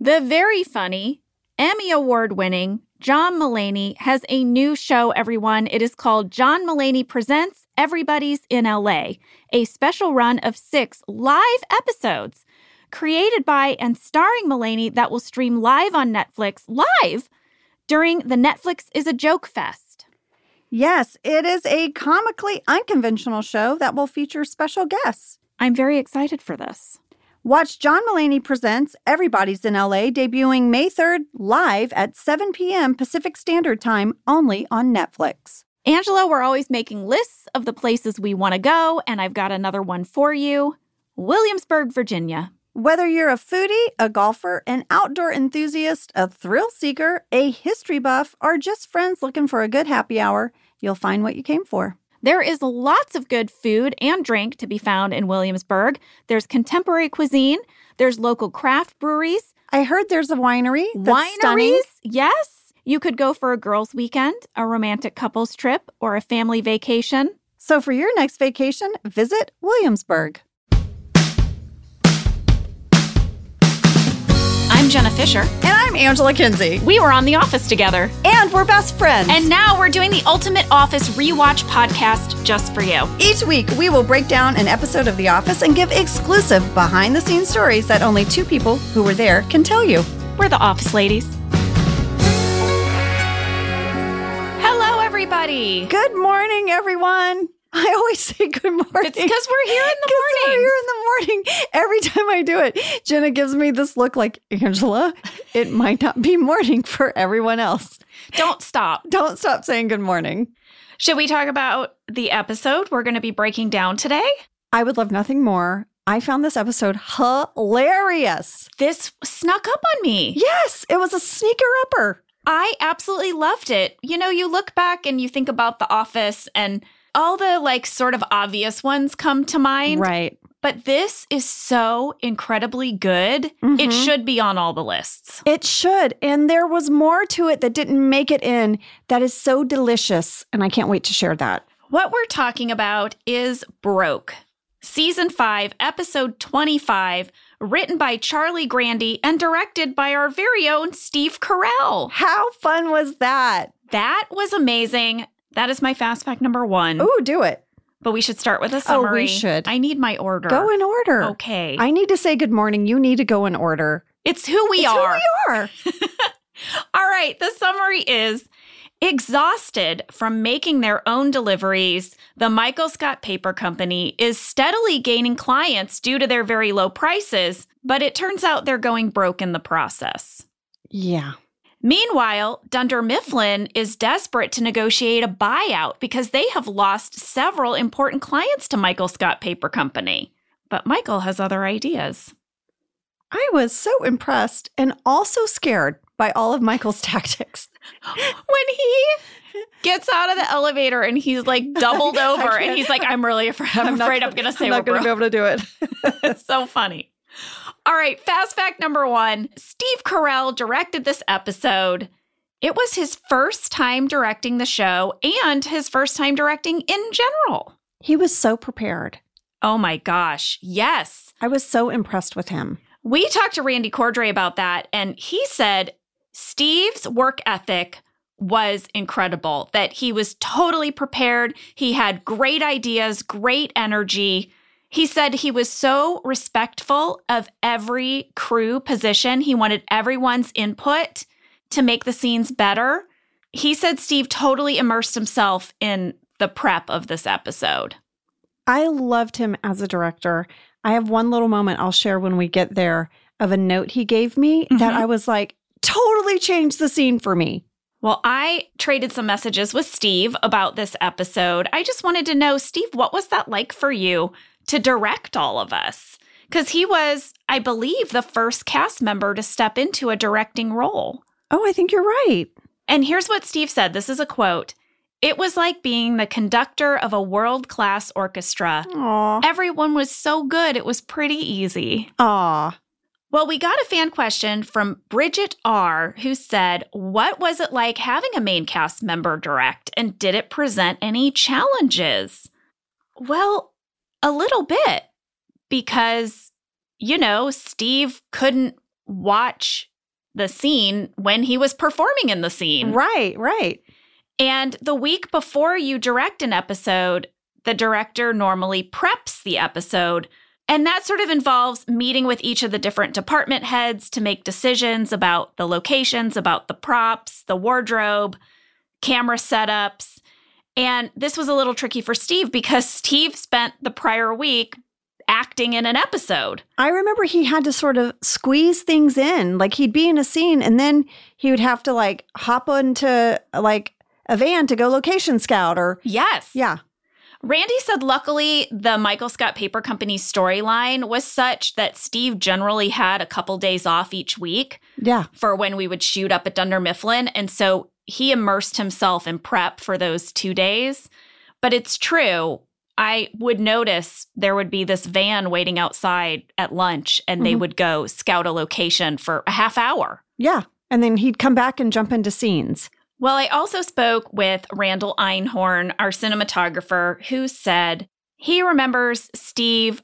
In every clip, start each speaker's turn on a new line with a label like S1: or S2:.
S1: The very funny, Emmy Award winning John Mullaney has a new show, everyone. It is called John Mullaney Presents Everybody's in LA, a special run of six live episodes created by and starring Mullaney that will stream live on Netflix live during the Netflix is a Joke Fest.
S2: Yes, it is a comically unconventional show that will feature special guests.
S1: I'm very excited for this.
S2: Watch John Mullaney Presents Everybody's in LA debuting May 3rd live at 7 p.m. Pacific Standard Time only on Netflix.
S1: Angela, we're always making lists of the places we want to go, and I've got another one for you Williamsburg, Virginia.
S2: Whether you're a foodie, a golfer, an outdoor enthusiast, a thrill seeker, a history buff, or just friends looking for a good happy hour, you'll find what you came for.
S1: There is lots of good food and drink to be found in Williamsburg. There's contemporary cuisine, there's local craft breweries,
S2: I heard there's a winery. That's
S1: wineries.
S2: stunning.
S1: Yes. You could go for a girls' weekend, a romantic couples trip, or a family vacation.
S2: So for your next vacation, visit Williamsburg.
S1: I'm Jenna Fisher.
S2: And I'm Angela Kinsey.
S1: We were on The Office together.
S2: And we're best friends.
S1: And now we're doing the Ultimate Office Rewatch podcast just for you.
S2: Each week, we will break down an episode of The Office and give exclusive behind the scenes stories that only two people who were there can tell you.
S1: We're the Office Ladies. Hello, everybody.
S2: Good morning, everyone. I always say good morning.
S1: It's because we're here in
S2: 'Cause
S1: the
S2: we're
S1: morning.
S2: here in the morning. Every time I do it, Jenna gives me this look like, Angela, it might not be morning for everyone else.
S1: Don't stop.
S2: Don't stop saying good morning.
S1: Should we talk about the episode we're going to be breaking down today?
S2: I would love nothing more. I found this episode hilarious.
S1: This snuck up on me.
S2: Yes, it was a sneaker upper.
S1: I absolutely loved it. You know, you look back and you think about The Office and all the like sort of obvious ones come to mind.
S2: Right.
S1: But this is so incredibly good. It
S2: Mhm.
S1: should be on all the lists.
S2: It should. And there was more to it that didn't make it in that is so delicious. And I can't wait to share that.
S1: What we're talking about is Broke, Season 5, Episode 25, written by Charlie Grandy and directed by our very own Steve Carell.
S2: How fun was that?
S1: That was amazing. That is my fast fact number one.
S2: Ooh, do it.
S1: But we should start with a
S2: Oh, we
S1: summary.
S2: should.
S1: I need my order.
S2: Go in order.
S1: Okay.
S2: I need to say good morning. You need to go in order.
S1: it's who we
S2: It's who
S1: are.
S2: we are.
S1: All right, the summary is exhausted from making their own deliveries, the Michael Scott Paper Company is steadily gaining clients due to their very low prices, but it turns out they're going broke in the process.
S2: Yeah.
S1: Meanwhile, Dunder Mifflin is desperate to negotiate a buyout because they have lost several important clients to Michael Scott Paper Company. But Michael has other ideas.
S2: I was so impressed and also scared by all of Michael's tactics.
S1: when he gets out of the elevator and he's like doubled
S2: I
S1: over and
S2: can't-
S1: he's like, I'm really afraid. I'm,
S2: not
S1: afraid
S2: gonna-
S1: I'm going to say
S2: I'm
S1: we're
S2: not going to
S1: broke.
S2: be able to do it.
S1: It's so funny. All right, fast fact number one Steve Carell directed this episode. It was his first time directing the show and his first time directing in general.
S2: He was so prepared.
S1: Oh my gosh. Yes.
S2: I was so impressed with him.
S1: We talked to Randy Cordray about that, and he said Steve's work ethic was incredible, that he was totally prepared. He had great ideas, great energy. He said he was so respectful of every crew position. He wanted everyone's input to make the scenes better. He said Steve totally immersed himself in the prep of this episode.
S2: I loved him as a director. I have one little moment I'll share when we get there of a note he gave me that
S1: Mhm.
S2: I was like, totally changed the scene for me.
S1: Well, I traded some messages with Steve about this episode. I just wanted to know, Steve, what was that like for you to direct all of us? Because he was, I believe, the first cast member to step into a directing role.
S2: Oh, I think you're right.
S1: And here's what Steve said this is a quote It was like being the conductor of a world class orchestra.
S2: Aw.
S1: Everyone was so good, it was pretty easy.
S2: Aw.
S1: Well, we got a fan question from Bridget R., who said, What was it like having a main cast member direct, and did it present any challenges? Well, a little bit, because, you know, Steve couldn't watch the scene when he was performing in the scene.
S2: Right, right.
S1: And the week before you direct an episode, the director normally preps the episode. And that sort of involves meeting with each of the different department heads to make decisions about the locations, about the props, the wardrobe, camera setups. And this was a little tricky for Steve because Steve spent the prior week acting in an episode.
S2: I remember he had to sort of squeeze things in. Like he'd be in a scene and then he would have to like hop into like a van to go location scout or
S1: Yes.
S2: yeah.
S1: Randy said, luckily, the Michael Scott Paper Company storyline was such that Steve generally had a couple days off each week
S2: Yeah.
S1: for when we would shoot up at Dunder Mifflin. And so he immersed himself in prep for those two days. But it's true. I would notice there would be this van waiting outside at lunch, and they
S2: Mhm.
S1: would go scout a location for a half hour.
S2: Yeah. And then he'd come back and jump into scenes.
S1: Well, I also spoke with Randall Einhorn, our cinematographer, who said he remembers Steve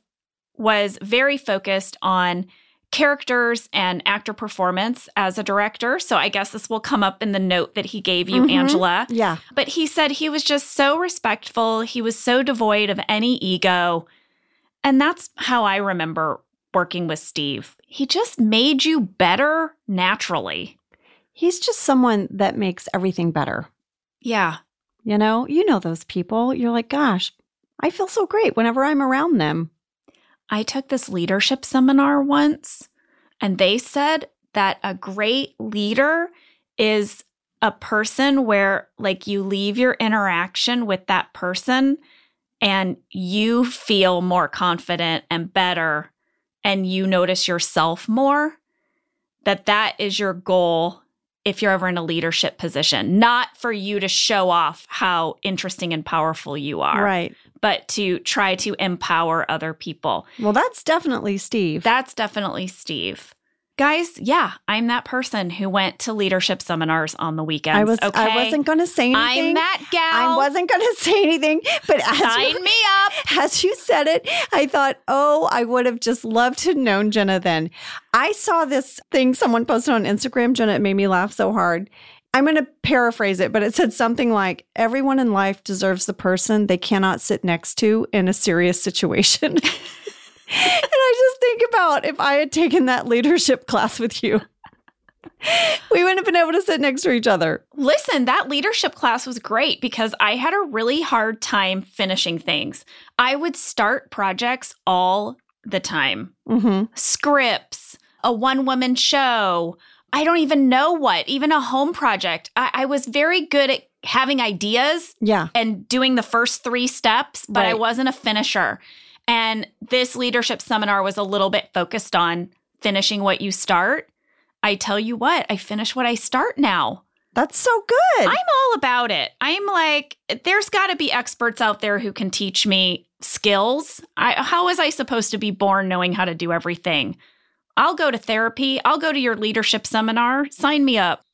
S1: was very focused on characters and actor performance as a director. So I guess this will come up in the note that he gave you,
S2: Mhm.
S1: Angela.
S2: Yeah.
S1: But he said he was just so respectful. He was so devoid of any ego. And that's how I remember working with Steve. He just made you better naturally.
S2: He's just someone that makes everything better.
S1: Yeah.
S2: You know, you know those people. You're like, gosh, I feel so great whenever I'm around them.
S1: I took this leadership seminar once, and they said that a great leader is a person where, like, you leave your interaction with that person and you feel more confident and better, and you notice yourself more. That that is your goal if you're ever in a leadership position, not for you to show off how interesting and powerful you are,
S2: Right.
S1: but to try to empower other people.
S2: Well, that's definitely Steve.
S1: That's definitely Steve. Guys, yeah, I'm that person who went to leadership seminars on the weekends.
S2: I was
S1: okay?
S2: I wasn't going to say anything.
S1: I'm that gal.
S2: I wasn't going to say anything, but as you-
S1: Sign me up.
S2: as you said it, I thought, oh, I would have just loved to have known Jenna then. I saw this thing someone posted on Instagram, Jenna, it made me laugh so hard. I'm going to paraphrase it, but it said something like, everyone in life deserves the person they cannot sit next to in a serious situation. and I just think about if I had taken that leadership class with you, we wouldn't have been able to sit next to each other.
S1: Listen, that leadership class was great because I had a really hard time finishing things. I would start projects all the time.
S2: hmm
S1: scripts, a one woman show. I don't even know what, even a home project. I, I was very good at having ideas
S2: Yeah.
S1: and doing the first three steps, but I
S2: Right.
S1: wasn't a finisher. And this leadership seminar was a little bit focused on finishing what you start. I tell you what, I finish what I start now.
S2: That's so good.
S1: I'm all about it. I'm like, there's got to be experts out there who can teach me skills. I, how was I supposed to be born knowing how to do everything? I'll go to therapy. I'll go to your leadership seminar. Sign me up.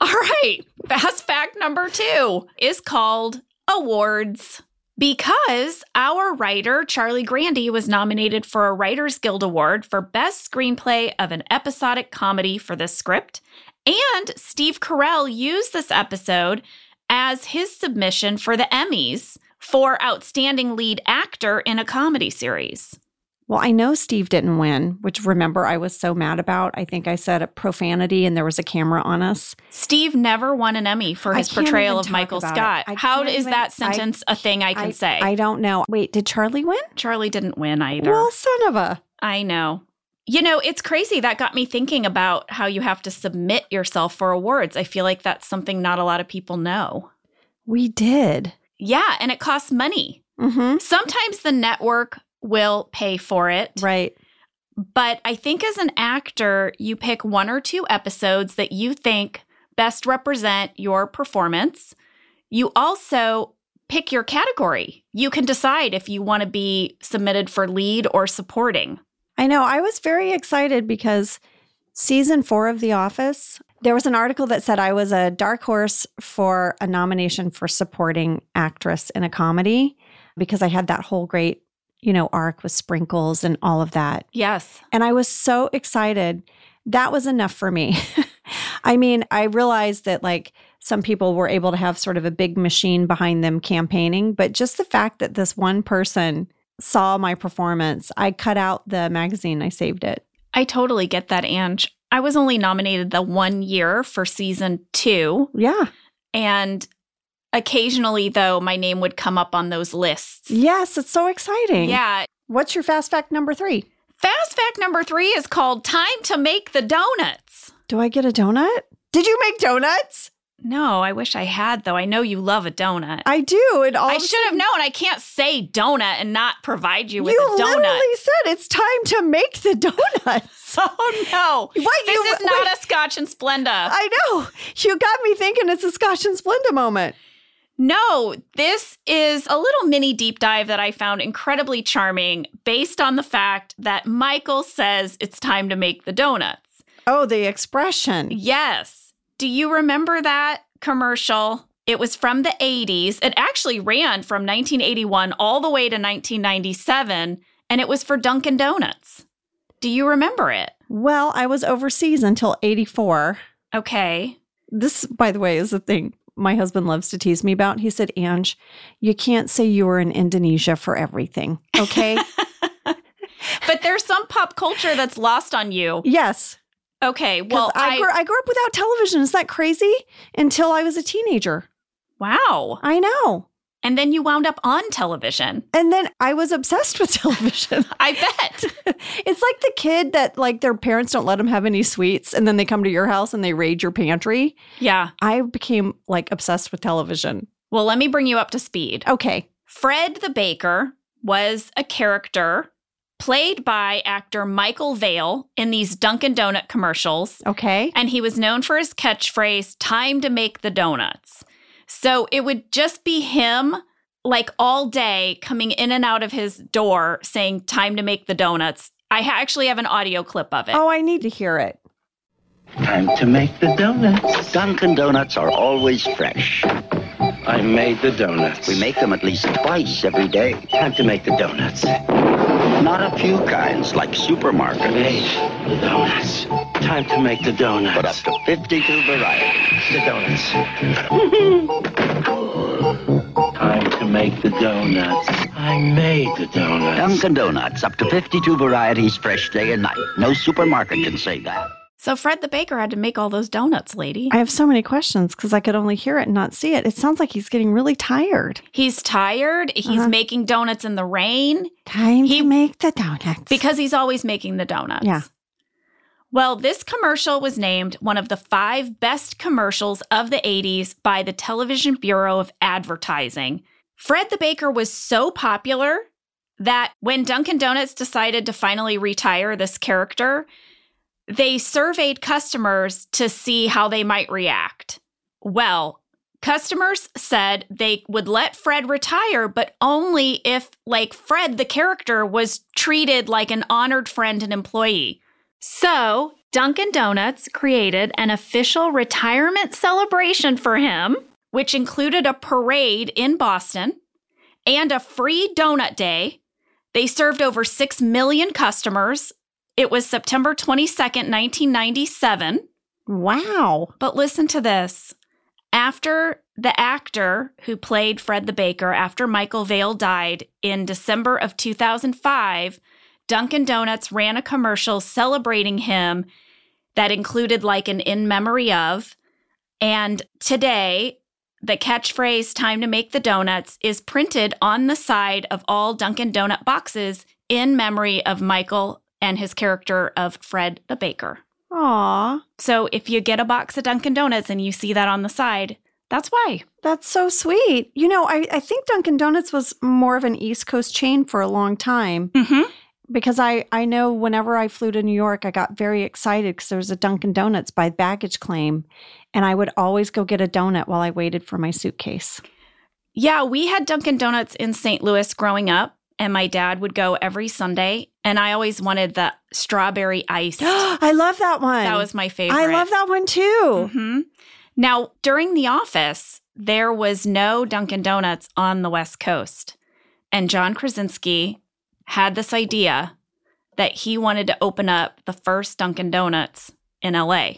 S1: all right. Fast fact number two is called awards. Because our writer, Charlie Grandy, was nominated for a Writers Guild Award for Best Screenplay of an Episodic Comedy for this script. And Steve Carell used this episode as his submission for the Emmys for Outstanding Lead Actor in a Comedy Series.
S2: Well, I know Steve didn't win, which remember I was so mad about. I think I said a profanity and there was a camera on us.
S1: Steve never won an Emmy for
S2: I
S1: his
S2: can't
S1: portrayal
S2: even
S1: of
S2: talk
S1: Michael
S2: about it.
S1: Scott.
S2: I
S1: How
S2: can't
S1: is
S2: even-
S1: that
S2: I-
S1: sentence a thing I can say?
S2: I don't know. Wait, did Charlie win?
S1: Charlie didn't win either.
S2: Well, son of a.
S1: I know. You know, it's crazy. That got me thinking about how you have to submit yourself for awards. I feel like that's something not a lot of people know.
S2: We did.
S1: Yeah, and it costs money.
S2: Mm-hmm.
S1: Sometimes the network will pay for it.
S2: Right.
S1: But I think as an actor, you pick one or two episodes that you think best represent your performance. You also pick your category. You can decide if you want to be submitted for lead or supporting.
S2: I know. I was very excited because season four of The Office, there was an article that said I was a dark horse for a nomination for supporting actress in a comedy because I had that whole great, you know, arc with sprinkles and all of that.
S1: Yes.
S2: And I was so excited. that was enough for me. I mean, I realized that like some people were able to have sort of a big machine behind them campaigning, but just the fact that this one person saw my performance, I cut out the magazine, I saved it.
S1: I totally get that, Ange. I was only nominated the one year for season two.
S2: Yeah.
S1: And occasionally, though, my name would come up on those lists.
S2: Yes, it's so exciting.
S1: Yeah.
S2: What's your fast fact number three?
S1: Fast fact number three is called Time to Make the Donuts.
S2: Do I get a donut? Did you make donuts?
S1: No, I wish I had, though. I know you love a donut.
S2: I do. And all
S1: I
S2: of a
S1: should have known I can't say donut and not provide you with
S2: you
S1: a donut.
S2: literally said it's time to make the donuts.
S1: Oh no.
S2: What
S1: This
S2: you
S1: is not
S2: wait,
S1: a Scotch and Splenda.
S2: I know. You got me thinking it's a Scotch and Splenda moment.
S1: No, this is a little mini deep dive that I found incredibly charming based on the fact that Michael says it's time to make the donuts.
S2: Oh, the expression.
S1: Yes. Do you remember that commercial? It was from the 80s. It actually ran from 1981 all the way to 1997, and it was for Dunkin' Donuts. Do you remember it?
S2: Well, I was overseas until 84.
S1: Okay.
S2: This, by the way, is the thing my husband loves to tease me about. He said, Ange, you can't say you were in Indonesia for everything. Okay.
S1: But there's some pop culture that's lost on you.
S2: yes.
S1: Okay.
S2: 'Cause
S1: Well,
S2: I,
S1: I,
S2: grew, I grew up without television. Is that crazy? Until I was a teenager.
S1: wow.
S2: I know.
S1: And then you wound up on television.
S2: And then I was obsessed with television.
S1: I bet.
S2: it's like the kid that like their parents don't let them have any sweets and then they come to your house and they raid your pantry.
S1: Yeah.
S2: I became like obsessed with television.
S1: Well, let me bring you up to speed.
S2: Okay.
S1: Fred the Baker was a character played by actor Michael Vale in these Dunkin' Donut commercials,
S2: Okay.
S1: and he was known for his catchphrase, time to make the donuts. So it would just be him like all day coming in and out of his door saying, time to make the donuts. I ha- actually have an audio clip of it.
S2: Oh, I need to hear it.
S3: Time to make the donuts. Dunkin' Donuts are always fresh.
S4: I made the donuts.
S3: We make them at least twice every day. Time to make the donuts. Not a few kinds like supermarket,
S4: made the donuts. Time to make the donuts.
S3: but up to 52 varieties.
S4: the donuts. Time to make the donuts. I made the donuts.
S3: Dunkin' Donuts, up to 52 varieties fresh day and night. No supermarket can say that.
S1: so Fred the Baker had to make all those donuts, lady.
S2: I have so many questions because I could only hear it and not see it. It sounds like he's getting really tired.
S1: He's tired. He's
S2: Uh-huh.
S1: making donuts in the rain.
S2: Time
S1: He-
S2: to make the donuts.
S1: Because he's always making the donuts.
S2: Yeah.
S1: Well, this commercial was named one of the five best commercials of the 80s by the Television Bureau of Advertising. Fred the Baker was so popular that when Dunkin' Donuts decided to finally retire this character, they surveyed customers to see how they might react. Well, customers said they would let Fred retire, but only if, like, Fred, the character, was treated like an honored friend and employee. So, Dunkin' Donuts created an official retirement celebration for him, which included a parade in Boston and a free donut day. They served over 6 million customers. It was September 22nd, 1997.
S2: wow.
S1: But listen to this. After the actor who played Fred the Baker, after Michael Vale died in December of 2005, Dunkin' Donuts ran a commercial celebrating him that included like an in memory of. And today, the catchphrase, time to make the donuts, is printed on the side of all Dunkin' Donut boxes in memory of Michael and his character of Fred the Baker.
S2: Aw,
S1: So if you get a box of Dunkin' Donuts and you see that on the side, that's why.
S2: that's so sweet. You know, I, I think Dunkin' Donuts was more of an East Coast chain for a long time.
S1: Mm-hmm.
S2: because I I know whenever I flew to New York, I got very excited because there was a Dunkin' Donuts by baggage claim, and I would always go get a donut while I waited for my suitcase.
S1: Yeah, we had Dunkin' Donuts in St. Louis growing up, and my dad would go every Sunday, and I always wanted the strawberry ice. that
S2: I love that one.
S1: was my favorite.
S2: I love that one too.
S1: hmm Now, during the office, there was no Dunkin' Donuts on the West Coast. And John Krasinski had this idea that he wanted to open up the first Dunkin' Donuts in LA.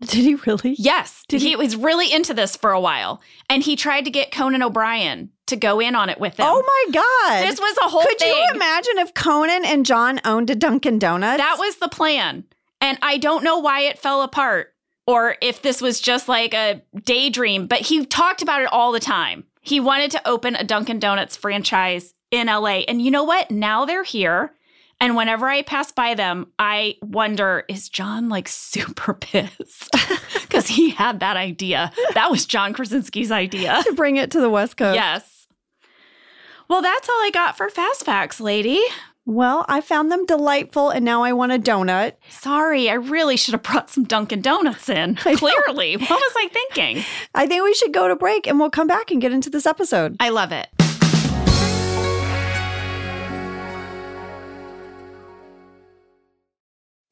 S2: Did he really?
S1: Yes.
S2: Did
S1: he,
S2: he-
S1: was really into this for a while. And he tried to get Conan O'Brien to go in on it with him.
S2: Oh my God.
S1: This was a whole
S2: Could
S1: thing.
S2: you imagine if Conan and John owned a Dunkin' Donuts?
S1: That was the plan. And I don't know why it fell apart or if this was just like a daydream, but he talked about it all the time. He wanted to open a Dunkin' Donuts franchise in LA. And you know what? Now they're here. And whenever I pass by them, I wonder is John like super pissed? Because he had that idea. That was John Krasinski's idea.
S2: to bring it to the West Coast.
S1: Yes. Well, that's all I got for Fast Facts, lady.
S2: Well, I found them delightful and now I want a donut.
S1: Sorry, I really should have brought some Dunkin' Donuts in.
S2: I know.
S1: Clearly, what was I thinking?
S2: I think we should go to break and we'll come back and get into this episode.
S1: I love it.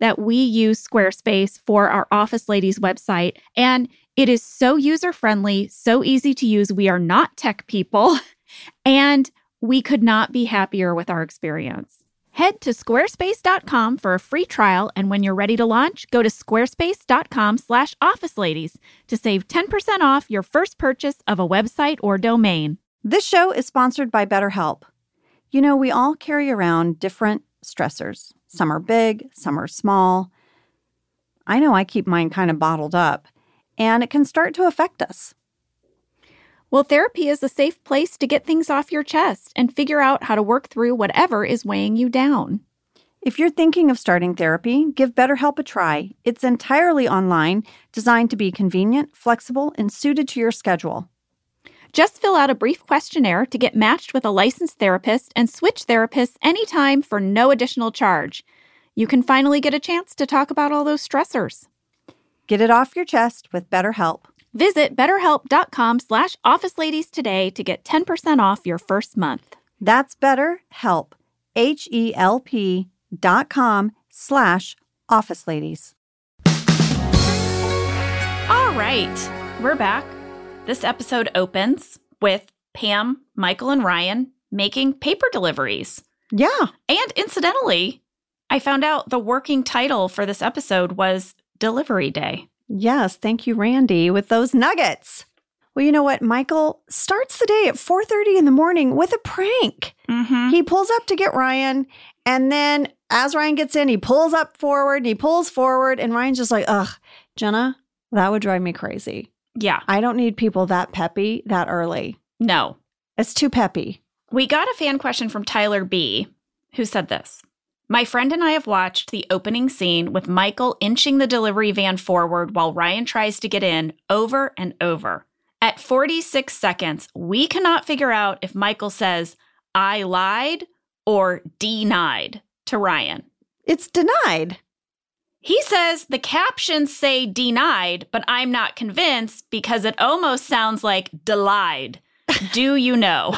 S1: that we use Squarespace for our Office Ladies website, and it is so user friendly, so easy to use. We are not tech people, and we could not be happier with our experience. Head to squarespace.com for a free trial, and when you're ready to launch, go to squarespace.com/officeladies to save 10% off your first purchase of a website or domain.
S2: This show is sponsored by BetterHelp. You know, we all carry around different stressors. Some are big, some are small. I know I keep mine kind of bottled up, and it can start to affect us.
S1: Well, therapy is a safe place to get things off your chest and figure out how to work through whatever is weighing you down.
S2: If you're thinking of starting therapy, give BetterHelp a try. It's entirely online, designed to be convenient, flexible, and suited to your schedule.
S1: Just fill out a brief questionnaire to get matched with a licensed therapist and switch therapists anytime for no additional charge. You can finally get a chance to talk about all those stressors.
S2: Get it off your chest with BetterHelp.
S1: Visit betterhelp.com slash officeladies today to get 10% off your first month.
S2: That's BetterHelp, H-E-L-P dot com slash office ladies.
S1: All right, we're back. This episode opens with Pam, Michael, and Ryan making paper deliveries.
S2: Yeah.
S1: And incidentally, I found out the working title for this episode was Delivery Day.
S2: Yes. Thank you, Randy, with those nuggets. Well, you know what? Michael starts the day at 4.30 in the morning with a prank.
S1: Mm-hmm.
S2: He pulls up to get Ryan. And then as Ryan gets in, he pulls up forward and he pulls forward. And Ryan's just like, ugh, Jenna, that would drive me crazy.
S1: Yeah,
S2: I don't need people that peppy that early.
S1: no.
S2: It's too peppy.
S1: We got a fan question from Tyler B., who said this My friend and I have watched the opening scene with Michael inching the delivery van forward while Ryan tries to get in over and over. At 46 seconds, we cannot figure out if Michael says, I lied or denied to Ryan.
S2: It's denied.
S1: He says the captions say denied, but I'm not convinced because it almost sounds like delied. Do you know?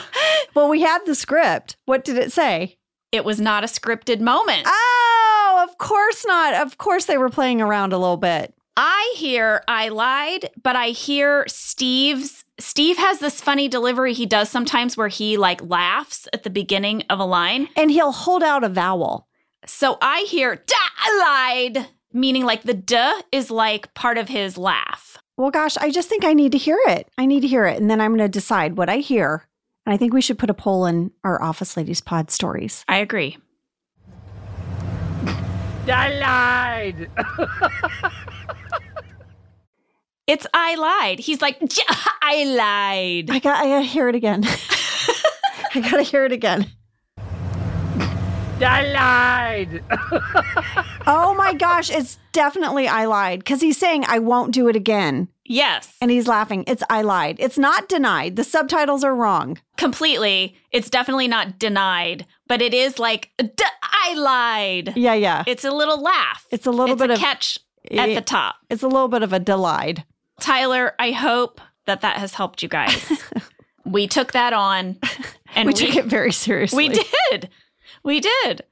S2: Well, we had the script. What did it say?
S1: It was not a scripted moment.
S2: Oh, of course not. Of course they were playing around a little bit.
S1: I hear I lied, but I hear Steve's Steve has this funny delivery he does sometimes where he like laughs at the beginning of a line.
S2: And he'll hold out a vowel.
S1: So I hear, "Duh, I lied, meaning like the duh is like part of his laugh.
S2: Well, gosh, I just think I need to hear it. I need to hear it. And then I'm going to decide what I hear. And I think we should put a poll in our Office Ladies Pod stories.
S1: I agree.
S4: I lied.
S1: It's I lied. He's like, "Duh, I lied.
S2: I got, I got to hear it again. I got to hear it again.
S4: I lied.
S2: Oh my gosh, it's definitely I lied because he's saying I won't do it again.
S1: Yes,
S2: And he's laughing. It's I lied. It's not denied. The subtitles are wrong.
S1: completely. It's definitely not denied, but it is like, "Duh, I lied.
S2: Yeah, yeah.
S1: It's a little laugh.
S2: It's a little bit of
S1: catch at
S2: Yeah.
S1: the top.
S2: it's a little bit of a delied.
S1: Tyler, I hope that that has helped you guys. we took that on and
S2: we, took it very seriously.
S1: we did. We did.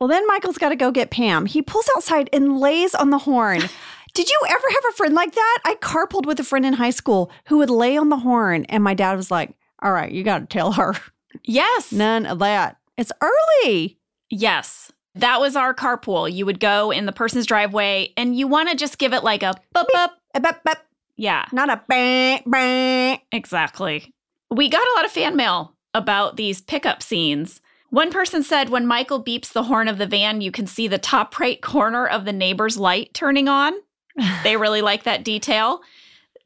S2: Well, then Michael's got to go get Pam. He pulls outside and lays on the horn. Did you ever have a friend like that? I carpooled with a friend in high school who would lay on the horn, and my dad was like, All right, you got to tell her.
S1: Yes.
S2: None of that. It's early.
S1: Yes. That was our carpool. You would go in the person's driveway and you want to just give it like a bup bup.
S2: Eh, bup, bup.
S1: Yeah,
S2: Not a bang, bang.
S1: exactly. We got a lot of fan mail about these pickup scenes. One person said when Michael beeps the horn of the van, you can see the top right corner of the neighbor's light turning on. They really like that detail.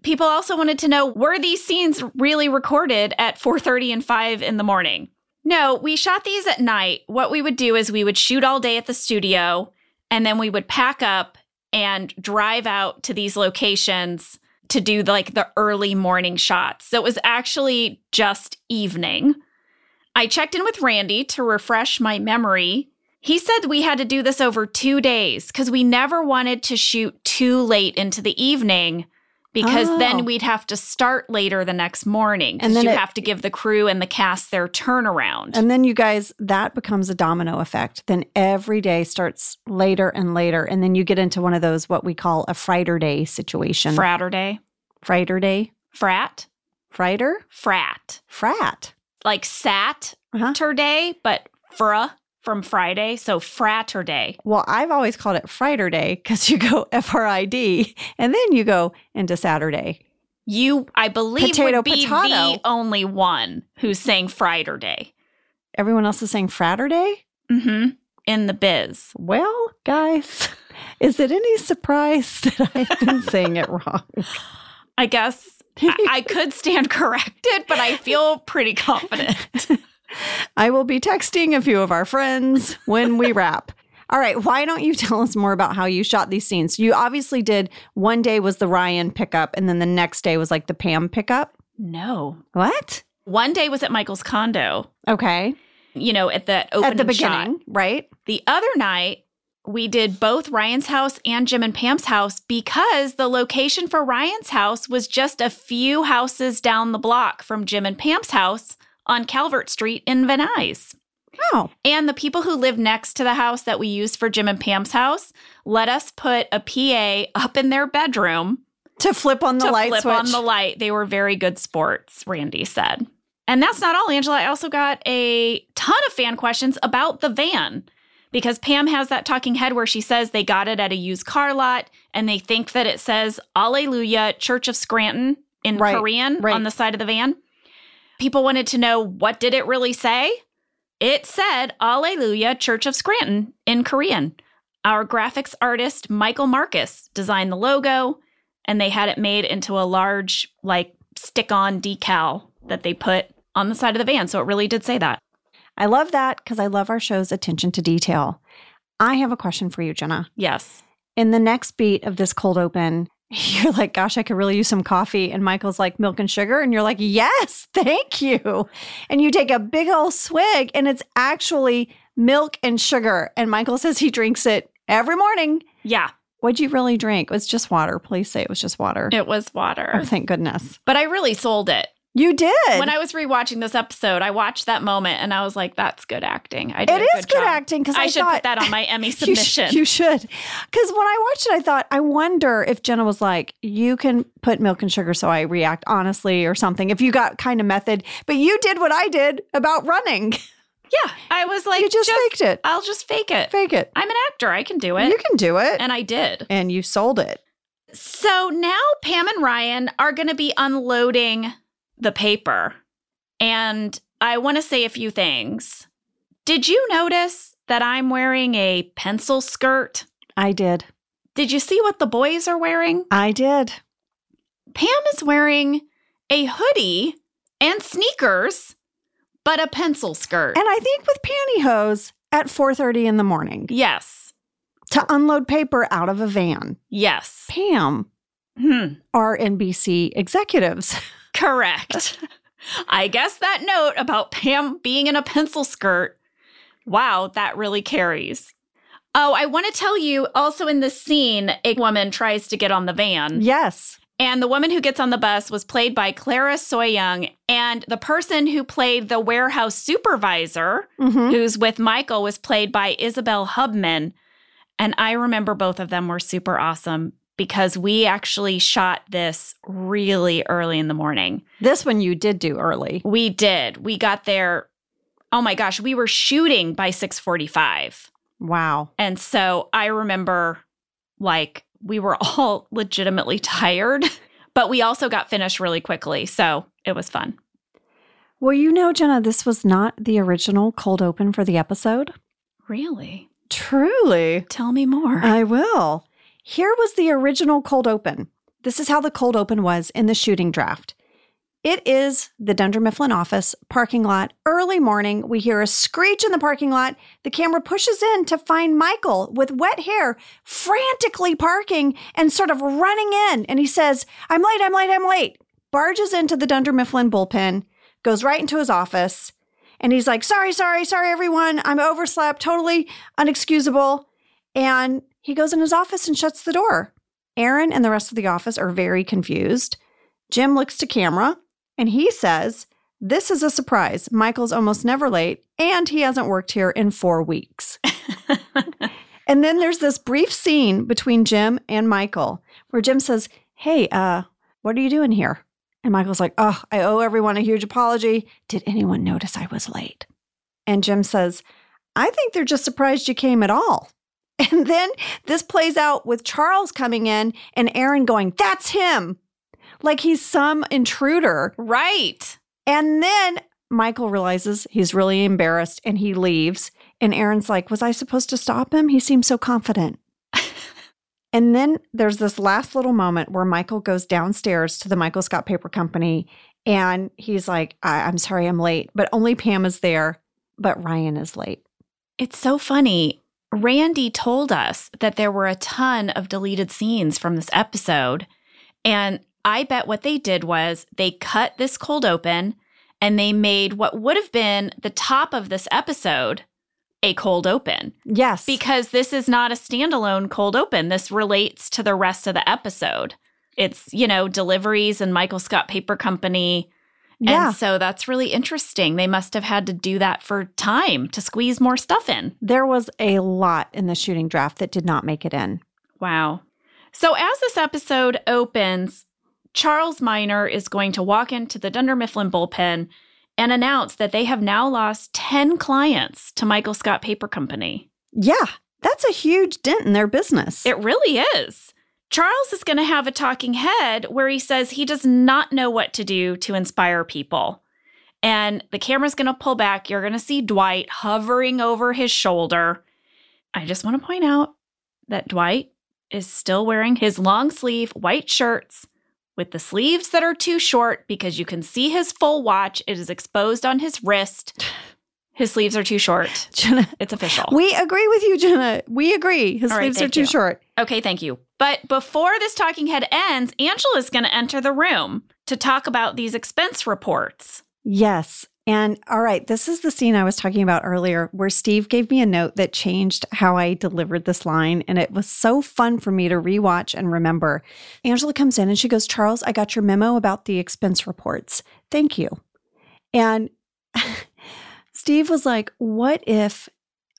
S1: People also wanted to know were these scenes really recorded at 4:30 and 5 in the morning? No, we shot these at night. What we would do is we would shoot all day at the studio and then we would pack up and drive out to these locations to do like the early morning shots. So it was actually just evening. I checked in with Randy to refresh my memory. He said we had to do this over two days because we never wanted to shoot too late into the evening because
S2: Oh.
S1: then we'd have to start later the next morning.
S2: And
S1: And
S2: then
S1: you
S2: it-
S1: have to give the crew and the cast their turnaround.
S2: And then you guys, that becomes a domino effect. Then every day starts later and later. And then you get into one of those, what we call a Friday day situation.
S1: Fratter day.
S2: Friday day?
S1: Frat.
S2: Friday?
S1: Frat.
S2: Frat.
S1: Like sat
S2: Uh-huh.
S1: day, but fra from Friday. So fratter day.
S2: Well, I've always called it Friday day because you go F R I D and then you go into Saturday.
S1: You, I believe,
S2: Potato,
S1: would be
S2: potato.
S1: the only one who's saying Friday day
S2: Everyone else is saying Friday.
S1: hmm in the biz.
S2: Well, guys, is it any surprise that I've been saying it wrong?
S1: I guess I, I could stand corrected, but I feel pretty confident.
S2: I will be texting a few of our friends when we wrap. All right, why don't you tell us more about how you shot these scenes? You obviously did one day was the Ryan pickup, and then the next day was like the Pam pickup.
S1: No.
S2: What?
S1: One day was at Michael's condo,
S2: Okay.
S1: you know, at that opening
S2: At the
S1: shot.
S2: beginning, right?
S1: The other night, we did both Ryan's house and Jim and Pam's house because the location for Ryan's house was just a few houses down the block from Jim and Pam's house on Calvert Street in Van Nuys.
S2: Oh,
S1: And the people who live next to the house that we used for Jim and Pam's house let us put a PA up in their bedroom
S2: to flip on the
S1: to
S2: light
S1: flip
S2: switch.
S1: on the light. They were very good sports, Randy said. And that's not all, Angela. I also got a ton of fan questions about the van because Pam has that talking head where she says they got it at a used car lot and they think that it says Alleluia Church of Scranton in
S2: Right,
S1: Korean
S2: right.
S1: on the side of the van. People wanted to know what did it really say? It said Alleluia Church of Scranton in Korean. Our graphics artist Michael Marcus designed the logo and they had it made into a large like stick-on decal that they put on the side of the van so it really did say that.
S2: I love that because I love our show's attention to detail. I have a question for you, Jenna.
S1: Yes.
S2: In the next beat of this cold open, you're like, gosh, I could really use some coffee. And Michael's like, milk and sugar. And you're like, yes, thank you. And you take a big old swig, and it's actually milk and sugar. And Michael says he drinks it every morning.
S1: Yeah,
S2: What'd you really drink? It was just water. Please say it was just water.
S1: it was water.
S2: Oh, thank goodness.
S1: But I really sold it.
S2: You did.
S1: When I was rewatching this episode, I watched that moment and I was like, "That's good acting." I did
S2: it
S1: a
S2: is
S1: good,
S2: good
S1: job.
S2: acting because I,
S1: I, should
S2: thought
S1: put that on my Emmy
S2: You sh-
S1: submission.
S2: You should. Because when I watched it, I thought, I wonder if Jenna was like, you can put milk and sugar so I react honestly or something. If you got kind of method, but you did what I did about running.
S1: yeah, I was like,
S2: you just,
S1: just
S2: faked it.
S1: I'll just fake it.
S2: Fake it.
S1: I'm an actor. I can do it.
S2: You can do it. And,
S1: and I did.
S2: you sold it.
S1: So now Pam and Ryan are going to be unloading the paper. And I want to say a few things. Did you notice that I'm wearing a pencil skirt?
S2: I did.
S1: Did you see what the boys are wearing?
S2: I did.
S1: Pam is wearing a hoodie and sneakers, but a pencil skirt.
S2: And I think with pantyhose at 4:30 in the morning
S1: yes.
S2: to unload paper out of a van.
S1: Yes.
S2: Pam
S1: Hmm.
S2: are NBC executives.
S1: Correct. I guess that note about Pam being in a pencil skirt, wow, that really carries. Oh, I want to tell you also in this scene, a woman tries to get on the van.
S2: Yes.
S1: And the woman who gets on the bus was played by Clara Soyoung. And the person who played the warehouse supervisor,
S2: Mhm.
S1: who's with Michael, was played by Isabel Hubman. And I remember both of them were super awesome because we actually shot this really early in the morning.
S2: This one you did do early.
S1: We did. We got there. Oh my gosh, we were shooting by 6:45.
S2: Wow.
S1: And so I remember like we were all legitimately tired, but we also got finished really quickly. So it was fun.
S2: Well, you know, Jenna, this was not the original cold open for the episode.
S1: Really?
S2: Truly.
S1: Tell me more.
S2: I will. Here was the original cold open. This is how the cold open was in the shooting draft. It is the Dunder Mifflin office parking lot. Early morning, we hear a screech in the parking lot. The camera pushes in to find Michael with wet hair frantically parking and sort of running in. And he says, I'm late, I'm late, I'm late. Barges into the Dunder Mifflin bullpen, goes right into his office. And he's like, Sorry, sorry, sorry, everyone. I'm overslept, totally unexcusable. And he goes in his office and shuts the door. Aaron and the rest of the office are very confused. Jim looks to camera and he says, This is a surprise. Michael's almost never late and he hasn't worked here in four weeks. and then there's this brief scene between Jim and Michael where Jim says, Hey, uh, what are you doing here? And Michael's like, Oh, I owe everyone a huge apology. Did anyone notice I was late? And Jim says, I think they're just surprised you came at all. And then this plays out with Charles coming in and Aaron going, That's him. Like he's some intruder.
S1: right.
S2: And then Michael realizes he's really embarrassed and he leaves. And Aaron's like, Was I supposed to stop him? He seemed so confident. and then there's this last little moment where Michael goes downstairs to the Michael Scott Paper Company and he's like, I- I'm sorry I'm late, but only Pam is there, but Ryan is late.
S1: It's so funny. Randy told us that there were a ton of deleted scenes from this episode. And I bet what they did was they cut this cold open and they made what would have been the top of this episode a cold open
S2: Yes.
S1: because this is not a standalone cold open. This relates to the rest of the episode. It's, you know, deliveries and Michael Scott Paper Company.
S2: yeah.
S1: And so that's really interesting. They must have had to do that for time to squeeze more stuff in.
S2: There was a lot in the shooting draft that did not make it in.
S1: Wow. So, as this episode opens, Charles Minor is going to walk into the Dunder Mifflin bullpen and announce that they have now lost 10 clients to Michael Scott Paper Company.
S2: Yeah, that's a huge dent in their business.
S1: It really is. Charles is going to have a talking head where he says he does not know what to do to inspire people. And the camera's going to pull back. You're going to see Dwight hovering over his shoulder. I just want to point out that Dwight is still wearing his long sleeve white shirts with the sleeves that are too short because you can see his full watch. It is exposed on his wrist. His sleeves are too short.
S2: Jenna,
S1: It's official.
S2: we agree with you, Jenna. We agree. His
S1: All right,
S2: sleeves are
S1: thank
S2: too
S1: you.
S2: short.
S1: Okay, thank you. But before this talking head ends, Angela's going to enter the room to talk about these expense reports.
S2: Yes. And all right, this is the scene I was talking about earlier where Steve gave me a note that changed how I delivered this line. And it was so fun for me to rewatch and remember. Angela comes in and she goes, Charles, I got your memo about the expense reports. Thank you. And Steve was like, What if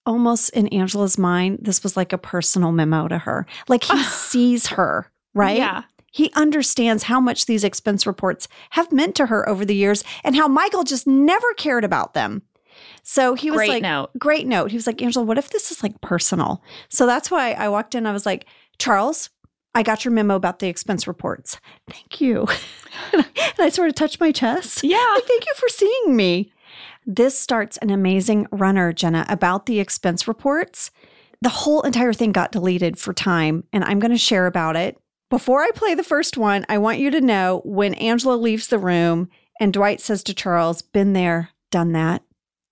S2: almost in Angela's mind, this was like a personal memo to her? Like he sees her, right?
S1: Yeah.
S2: He understands how much these expense reports have meant to her over the years and how Michael just never cared about them. So he was
S1: Great
S2: like,
S1: note.
S2: Great note. He was like, Angela, what if this is like personal? So that's why I walked in. I was like, Charles, I got your memo about the expense reports. Thank you. and I sort of touched my chest.
S1: Yeah.
S2: Like, Thank you for seeing me. This starts an amazing runner, Jenna, about the expense reports. The whole entire thing got deleted for time, and I'm going to share about it. Before I play the first one, I want you to know when Angela leaves the room and Dwight says to Charles, Been there, done that.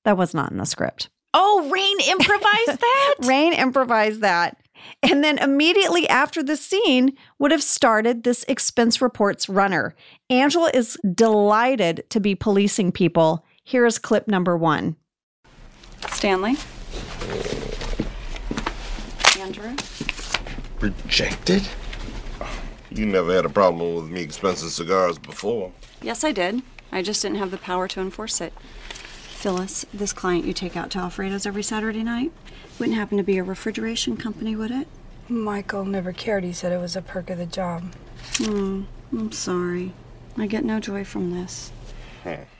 S2: That was not in the script.
S1: Oh, Rain improvised that?
S2: Rain improvised that. And then immediately after the scene would have started this expense reports runner. Angela is delighted to be policing people. Here is clip number one.
S5: Stanley. Andrew.
S6: Rejected? You never had a problem with me expensing cigars before.
S5: Yes, I did. I just didn't have the power to enforce it. Phyllis, this client you take out to Alfredo's every Saturday night wouldn't happen to be a refrigeration company, would it?
S7: Michael never cared. He said it was a perk of the job.
S5: Hmm, I'm sorry. I get no joy from this.
S2: All right.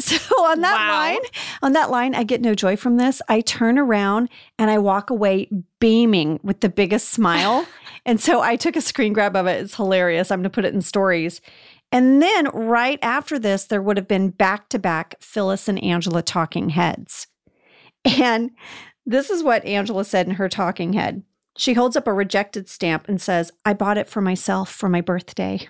S2: So on that
S1: Wow.
S2: line, on that line, I get no joy from this. I turn around and I walk away beaming with the biggest smile. and so I took a screen grab of it. It's hilarious. I'm going to put it in stories. And then right after this, there would have been back to back Phyllis and Angela talking heads. And this is what Angela said in her talking head. She holds up a rejected stamp and says, I bought it for myself for my birthday.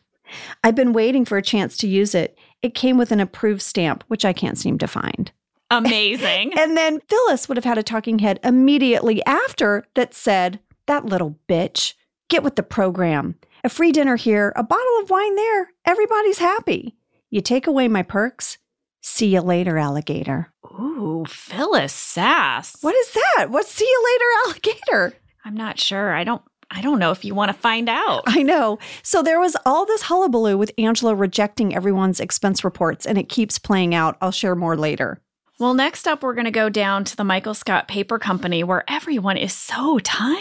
S2: I've been waiting for a chance to use it. It came with an approved stamp, which I can't seem to find.
S1: Amazing.
S2: And then Phyllis would have had a talking head immediately after that said, That little bitch, get with the program. A free dinner here, a bottle of wine there. Everybody's happy. You take away my perks. See you later, alligator.
S1: Ooh, Phyllis Sass.
S2: What is that? What's see you later, alligator?
S1: I'm not sure. I don't I don't know if you want to find out.
S2: I know. So there was all this hullabaloo with Angela rejecting everyone's expense reports, and it keeps playing out. I'll share more later.
S1: Well, next up we're going to go down to the Michael Scott Paper Company where everyone is so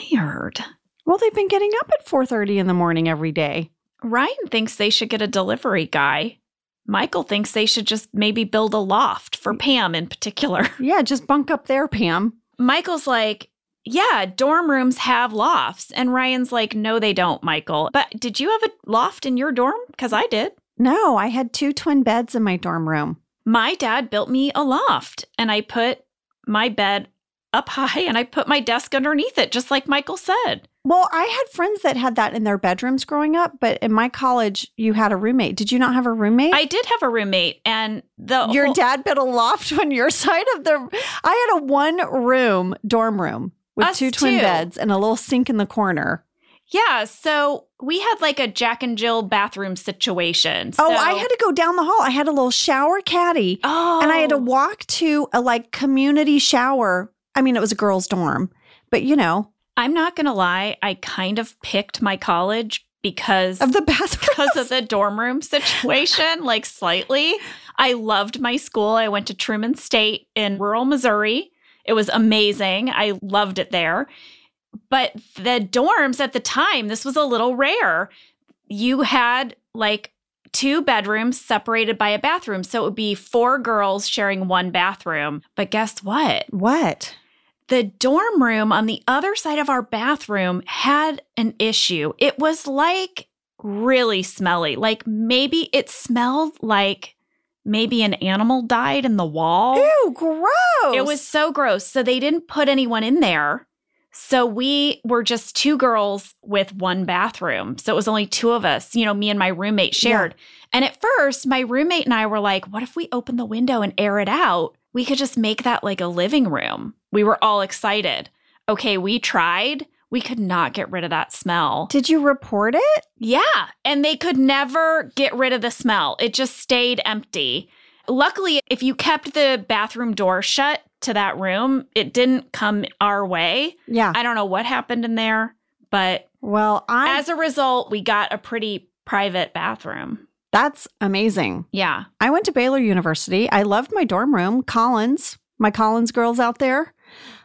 S1: tired.
S2: Well, they've been getting up at 4:30 in the morning every day.
S1: Ryan thinks they should get a delivery guy. Michael thinks they should just maybe build a loft
S2: Mm.
S1: for Pam in particular.
S2: Yeah, just bunk up there, Pam.
S1: Michael's like, yeah, dorm rooms have lofts. And Ryan's like, no, they don't, Michael. But did you have a loft in your dorm? Because I did.
S2: No, I had two twin beds in my dorm room.
S1: My dad built me a loft and I put my bed up high and I put my desk underneath it, just like Michael said.
S2: Well, I had friends that had that in their bedrooms growing up, but in my college, you had a roommate. Did you not have a roommate?
S1: I Oh. did have a roommate and the
S2: your
S1: whole-
S2: dad built a loft on your side of the. I had a one room dorm room with
S1: Us
S2: two twin
S1: too.
S2: beds and a little sink in the corner.
S1: Yeah. So we had like a Jack and Jill bathroom situation.
S2: Oh,
S1: So-
S2: I had to go down the hall. I had a little shower caddy.
S1: Oh.
S2: And I had to walk to a like community shower. I mean, it was a girls' dorm, but you know,
S1: I'm not going to lie. I kind of picked my college because
S2: of the bathroom.
S1: because of the dorm room situation, like slightly. I loved my school. I went to Truman State in rural Missouri. It was amazing. I loved it there. But the dorms at the time, this was a little rare. You had like two bedrooms separated by a bathroom. So it would be four girls sharing one bathroom. But guess what?
S2: What?
S1: The dorm room on the other side of our bathroom had an issue. It was like really smelly. Like maybe it smelled like maybe an animal died in the wall.
S2: Ew, gross.
S1: It was so gross. So they didn't put anyone in there. So we were just two girls with one bathroom. So it was only two of us, you know, me and my roommate shared. And at first, my roommate and I were like, what if we open the window and air it out? We could just make that like a living room. We were all excited. Okay, we tried. We could not get rid of that smell.
S2: Did you report it?
S1: Yeah. And they could never get rid of the smell. It just stayed empty. Luckily, if you kept the bathroom door shut to that room, it didn't come our way.
S2: Yeah.
S1: I don't know what happened in there, but
S2: well, I
S1: as a result, we got a pretty private bathroom.
S2: That's amazing.
S1: Yeah.
S2: I went to Baylor University. I loved my dorm room, Collins, my Collins girls out there.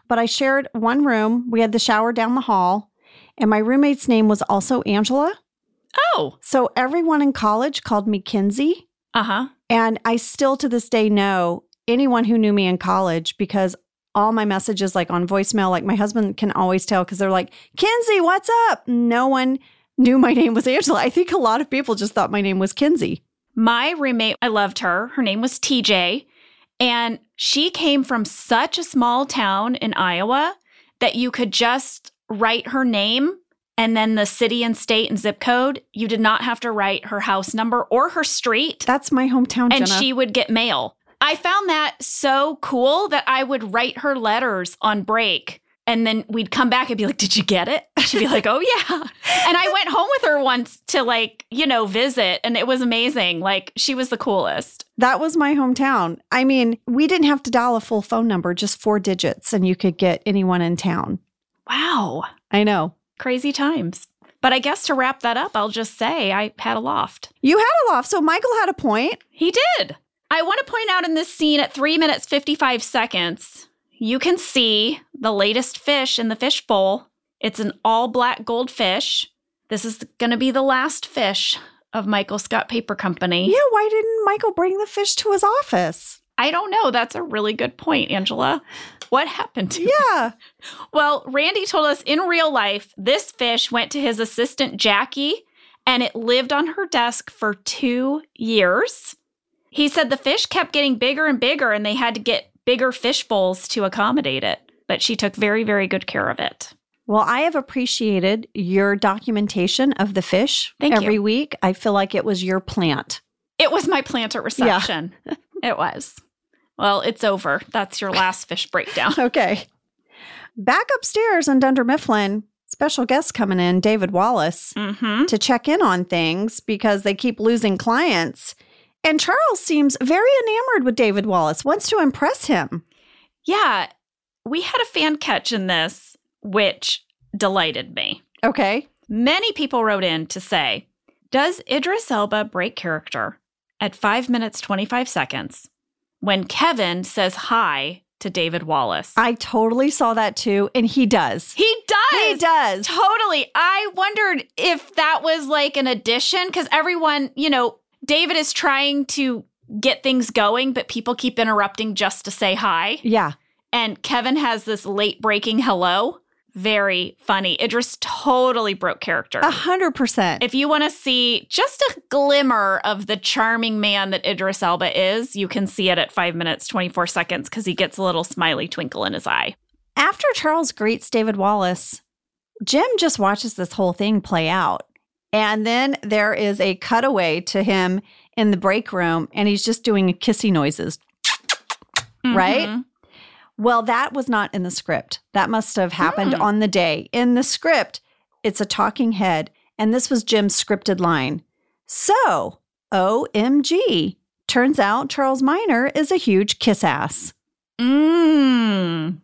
S2: But I shared one room. We had the shower down the hall, and my roommate's name was also Angela.
S1: Oh.
S2: So everyone in college called me Kinsey.
S1: Uh huh.
S2: And I still to this day know anyone who knew me in college because all my messages, like on voicemail, like my husband can always tell because they're like, Kinsey, what's up? No one knew my name was Angela. I think a lot of people just thought my name was Kinsey.
S1: My roommate, I loved her. Her name was TJ. And she came from such a small town in Iowa that you could just write her name and then the city and state and zip code. You did not have to write her house number or her street.
S2: That's my hometown.
S1: and
S2: Jenna.
S1: she would get mail. I found that so cool that I would write her letters on break. And then we'd come back and be like, Did you get it? She'd be like, Oh, yeah. And I went home with her once to, like, you know, visit. And it was amazing. Like, she was the coolest.
S2: That was my hometown. I mean, we didn't have to dial a full phone number, just four digits, and you could get anyone in town.
S1: Wow.
S2: I know.
S1: Crazy times. But I guess to wrap that up, I'll just say I had a loft.
S2: You had a loft. So Michael had a point.
S1: He did. I want to point out in this scene at three minutes, 55 seconds, you can see the latest fish in the fish bowl. It's an all black goldfish. This is going to be the last fish of Michael Scott Paper Company.
S2: Yeah, why didn't Michael bring the fish to his office?
S1: I don't know. That's a really good point, Angela. What happened to
S2: Yeah.
S1: Well, Randy told us in real life, this fish went to his assistant, Jackie, and it lived on her desk for two years. He said the fish kept getting bigger and bigger, and they had to get bigger fish bowls to accommodate it. But she took very, very good care of it.
S2: Well, I have appreciated your documentation of the fish
S1: Thank you.
S2: every week. I feel like it was your plant.
S1: It was my planter reception. it was. Well, it's over. That's your last fish breakdown.
S2: Okay. Back upstairs in Dunder Mifflin, special guest coming in, David Wallace,
S1: Mm-hmm.
S2: to check in on things because they keep losing clients. And Charles seems very enamored with David Wallace, wants to impress him.
S1: Yeah, we had a fan catch in this, which delighted me.
S2: Okay.
S1: Many people wrote in to say, Does Idris Elba break character at 5 minutes 25 seconds when Kevin says hi to David Wallace?
S2: I totally saw that too. And he does.
S1: he does.
S2: He does.
S1: Totally. I wondered if that was like an addition because everyone, you know, David is trying to get things going, but people keep interrupting just to say hi.
S2: Yeah.
S1: And Kevin has this late breaking hello. Very funny. Idris totally broke character.
S2: A hundred percent.
S1: If you want to see just a glimmer of the charming man that Idris Elba is, you can see it at five minutes, 24 seconds, because he gets a little smiley twinkle in his eye.
S2: After Charles greets David Wallace, Jim just watches this whole thing play out. And then there is a cutaway to him in the break room, and he's just doing kissy noises. Right?
S1: Mhm.
S2: Well, that was not in the script. That must have happened
S1: Hmm.
S2: on the day. In the script, it's a talking head, and this was Jim's scripted line. So, OMG, turns out Charles Minor is a huge kiss ass.
S1: Mm.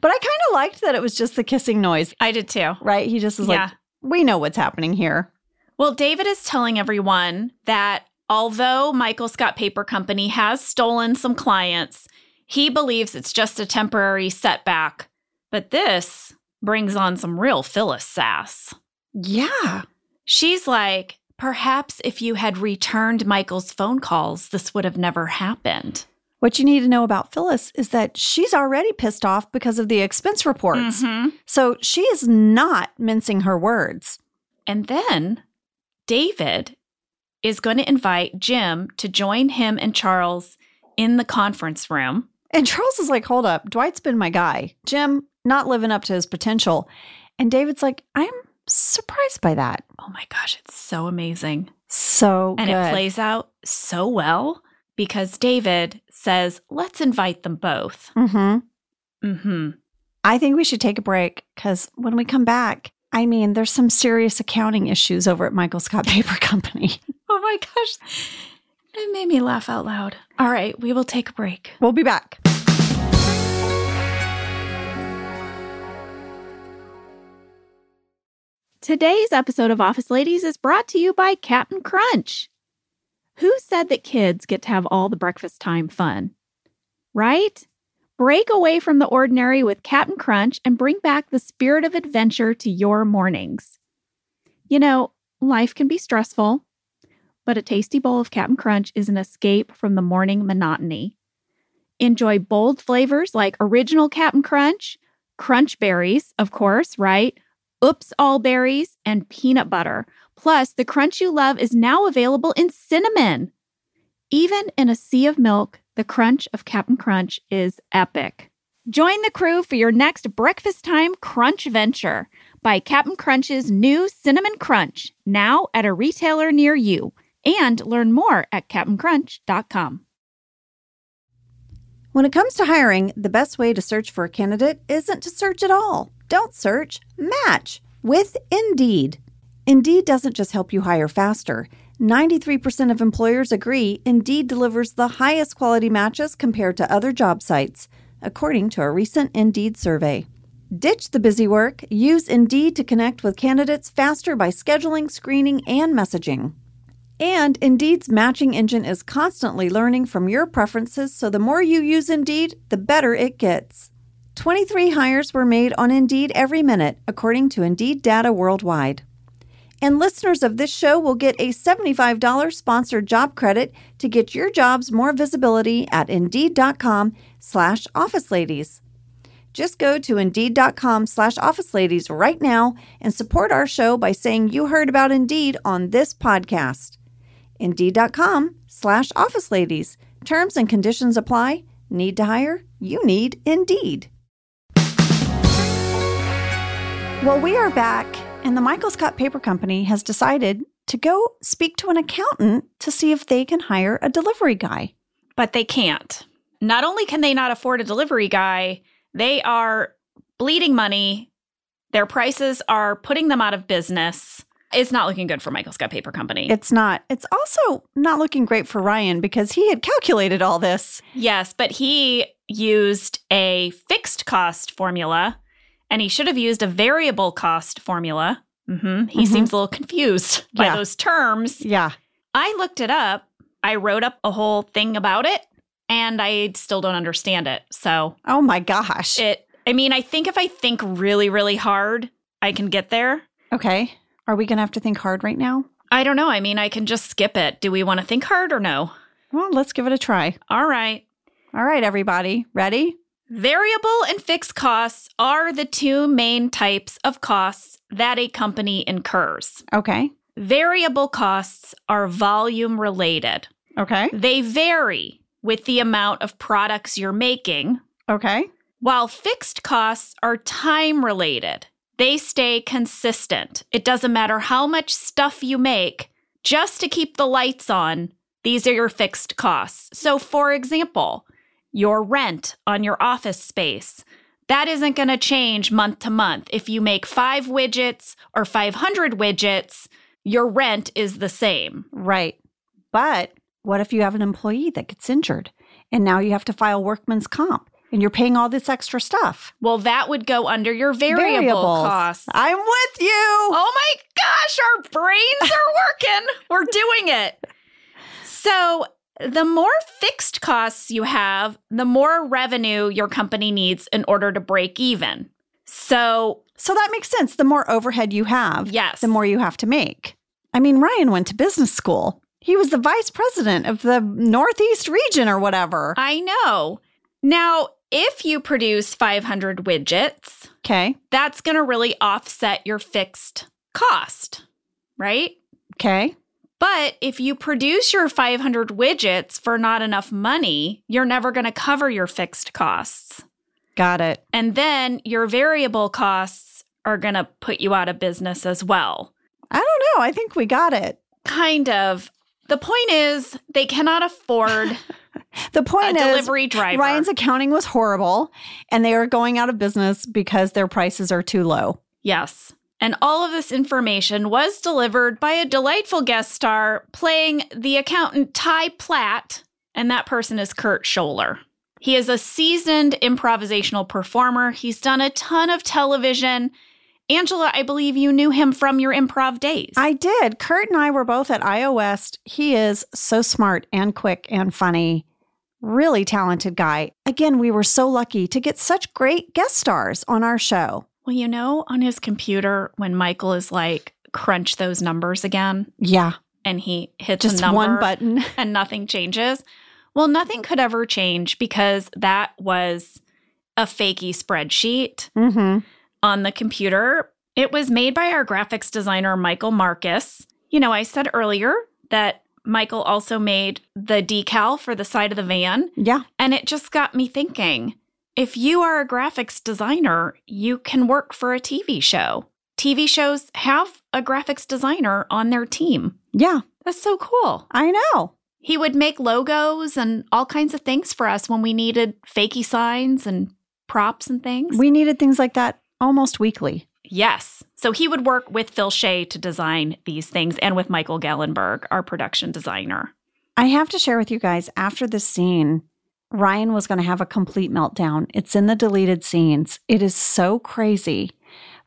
S2: But I kind of liked that it was just the kissing noise,
S1: I did too.
S2: right? He just is like,
S1: Yeah.
S2: we know what's happening here.
S1: Well, David is telling everyone that although Michael Scott Paper Company has stolen some clients, he believes it's just a temporary setback. But this brings on some real Phyllis sass.
S2: Yeah.
S1: She's like, perhaps if you had returned Michael's phone calls, this would have never happened.
S2: What you need to know about Phyllis is that she's already pissed off because of the expense reports.
S1: Mm-hmm.
S2: So she is not mincing her words.
S1: And then David is going to invite Jim to join him and Charles in the conference room.
S2: And Charles is like, hold up, Dwight's been my guy. Jim, not living up to his potential. And David's like, I'm surprised by that.
S1: Oh my gosh, it's so amazing.
S2: So
S1: And
S2: good.
S1: it plays out so well because David says, let's invite them both.
S2: Mhm.
S1: hmm
S2: I think we should take a break because when we come back, I mean, there's some serious accounting issues over at Michael Scott Paper Company.
S1: Oh my gosh. It made me laugh out loud. All right, we will take a break.
S2: We'll be back.
S8: Today's episode of Office Ladies is brought to you by Captain Crunch.
S1: Who said that kids get to have all the breakfast time fun? Right? Break away from the ordinary with Captain Crunch and bring back the spirit of adventure to your mornings. You know, life can be stressful, but a tasty bowl of Captain Crunch is an escape from the morning monotony. Enjoy bold flavors like original Captain Crunch, crunch berries, of course, right? Oops, all berries, and peanut butter. Plus, the crunch you love is now available in cinnamon. Even in a sea of milk, the crunch of Captain Crunch is epic. Join the crew for your next breakfast time crunch venture by Captain Crunch's new Cinnamon Crunch, now at a retailer near you. And learn more at CaptainCrunch.com.
S2: When it comes to hiring, the best way to search for a candidate isn't to search at all. Don't search, match with Indeed. Indeed doesn't just help you hire faster. 93% of employers agree Indeed delivers the highest quality matches compared to other job sites, according to a recent Indeed survey. Ditch the busy work. Use Indeed to connect with candidates faster by scheduling, screening, and messaging. And Indeed's matching engine is constantly learning from your preferences, so the more you use Indeed, the better it gets. 23 hires were made on Indeed every minute, according to Indeed data worldwide. And listeners of this show will get a $75 sponsored job credit to get your jobs more visibility at Indeed.com slash Office Ladies. Just go to Indeed.com slash Office Ladies right now and support our show by saying you heard about Indeed on this podcast. Indeed.com slash Office Ladies. Terms and conditions apply. Need to hire? You need Indeed. Well, we are back, and the Michael Scott Paper Company has decided to go speak to an accountant to see if they can hire a delivery guy.
S1: But they can't. Not only can they not afford a delivery guy, they are bleeding money. Their prices are putting them out of business. It's not looking good for Michael Scott Paper Company.
S2: It's not. It's also not looking great for Ryan because he had calculated all this.
S1: Yes, but he used a fixed cost formula and he should have used a variable cost formula. hmm He
S2: Mhm.
S1: seems a little confused by
S2: Yeah.
S1: those terms.
S2: Yeah.
S1: I looked it up. I wrote up a whole thing about it and I still don't understand it. So
S2: Oh my gosh.
S1: it, I mean, I think if I think really, really hard, I can get there.
S2: okay. Are we going to have to think hard right now?
S1: I don't know. I mean, I can just skip it. Do we want to think hard or no?
S2: Well, let's give it a try.
S1: All right.
S2: All right, everybody. Ready?
S1: Variable and fixed costs are the two main types of costs that a company incurs.
S2: Okay.
S1: Variable costs are volume related.
S2: Okay.
S1: They vary with the amount of products you're making,
S2: Okay.
S1: while fixed costs are time related. They stay consistent. It doesn't matter how much stuff you make, just to keep the lights on, these are your fixed costs. So, for example, your rent on your office space. That isn't going to change month to month. If you make five widgets or 500 widgets, your rent is the same.
S2: Right. But what if you have an employee that gets injured and now you have to file workman's comp and you're paying all this extra stuff?
S1: Well, that would go under your variable
S2: Variables.
S1: costs.
S2: I'm with you.
S1: Oh my gosh, our brains are working. We're doing it. So, the more fixed costs you have, the more revenue your company needs in order to break even. So,
S2: So that makes sense. The more overhead you have,
S1: Yes.
S2: the more you have to make. I mean, Ryan went to business school. He was the vice president of the Northeast region or whatever.
S1: I know. Now, if you produce 500 widgets,
S2: Okay.
S1: that's going to really offset your fixed cost, right?
S2: Okay.
S1: But if you produce your 500 widgets for not enough money, you're never going to cover your fixed costs.
S2: Got it.
S1: And then your variable costs are going to put you out of business as well.
S2: I don't know. I think we got it.
S1: Kind of. The point is, they cannot afford
S2: The
S1: a
S2: point is,
S1: delivery driver.
S2: Ryan's accounting was horrible and they are going out of business because their prices are too low.
S1: yes. And all of this information was delivered by a delightful guest star playing the accountant Ty Platt, and that person is Kurt Scholler. He is a seasoned improvisational performer. He's done a ton of television Angela, I believe you knew him from your improv days.
S2: I did. Kurt and I were both at Iowa West. He is so smart and quick and funny. Really talented guy. Again, we were so lucky to get such great guest stars on our show.
S1: well, you know, on his computer, when Michael is like, crunch those numbers again,
S2: Yeah,
S1: and he hits a
S2: just
S1: number
S2: one button.
S1: and nothing changes. Well, nothing could ever change because that was a fakey spreadsheet
S2: hmm
S1: on the computer. It was made by our graphics designer, Michael Marcus. You know, I said earlier that Michael also made the decal for the side of the van.
S2: Yeah.
S1: And it just got me thinking if you are a graphics designer, you can work for a TV show. TV shows have a graphics designer on their team.
S2: Yeah,
S1: That's so cool.
S2: I know.
S1: He would make logos and all kinds of things for us when we needed fakey signs and props and things.
S2: We needed things like that almost weekly.
S1: yes. So he would work with Phil Shea to design these things and with Michael Gallenberg, our production designer.
S2: I have to share with you guys after this scene, Ryan was going to have a complete meltdown. It's in the deleted scenes. It is so crazy.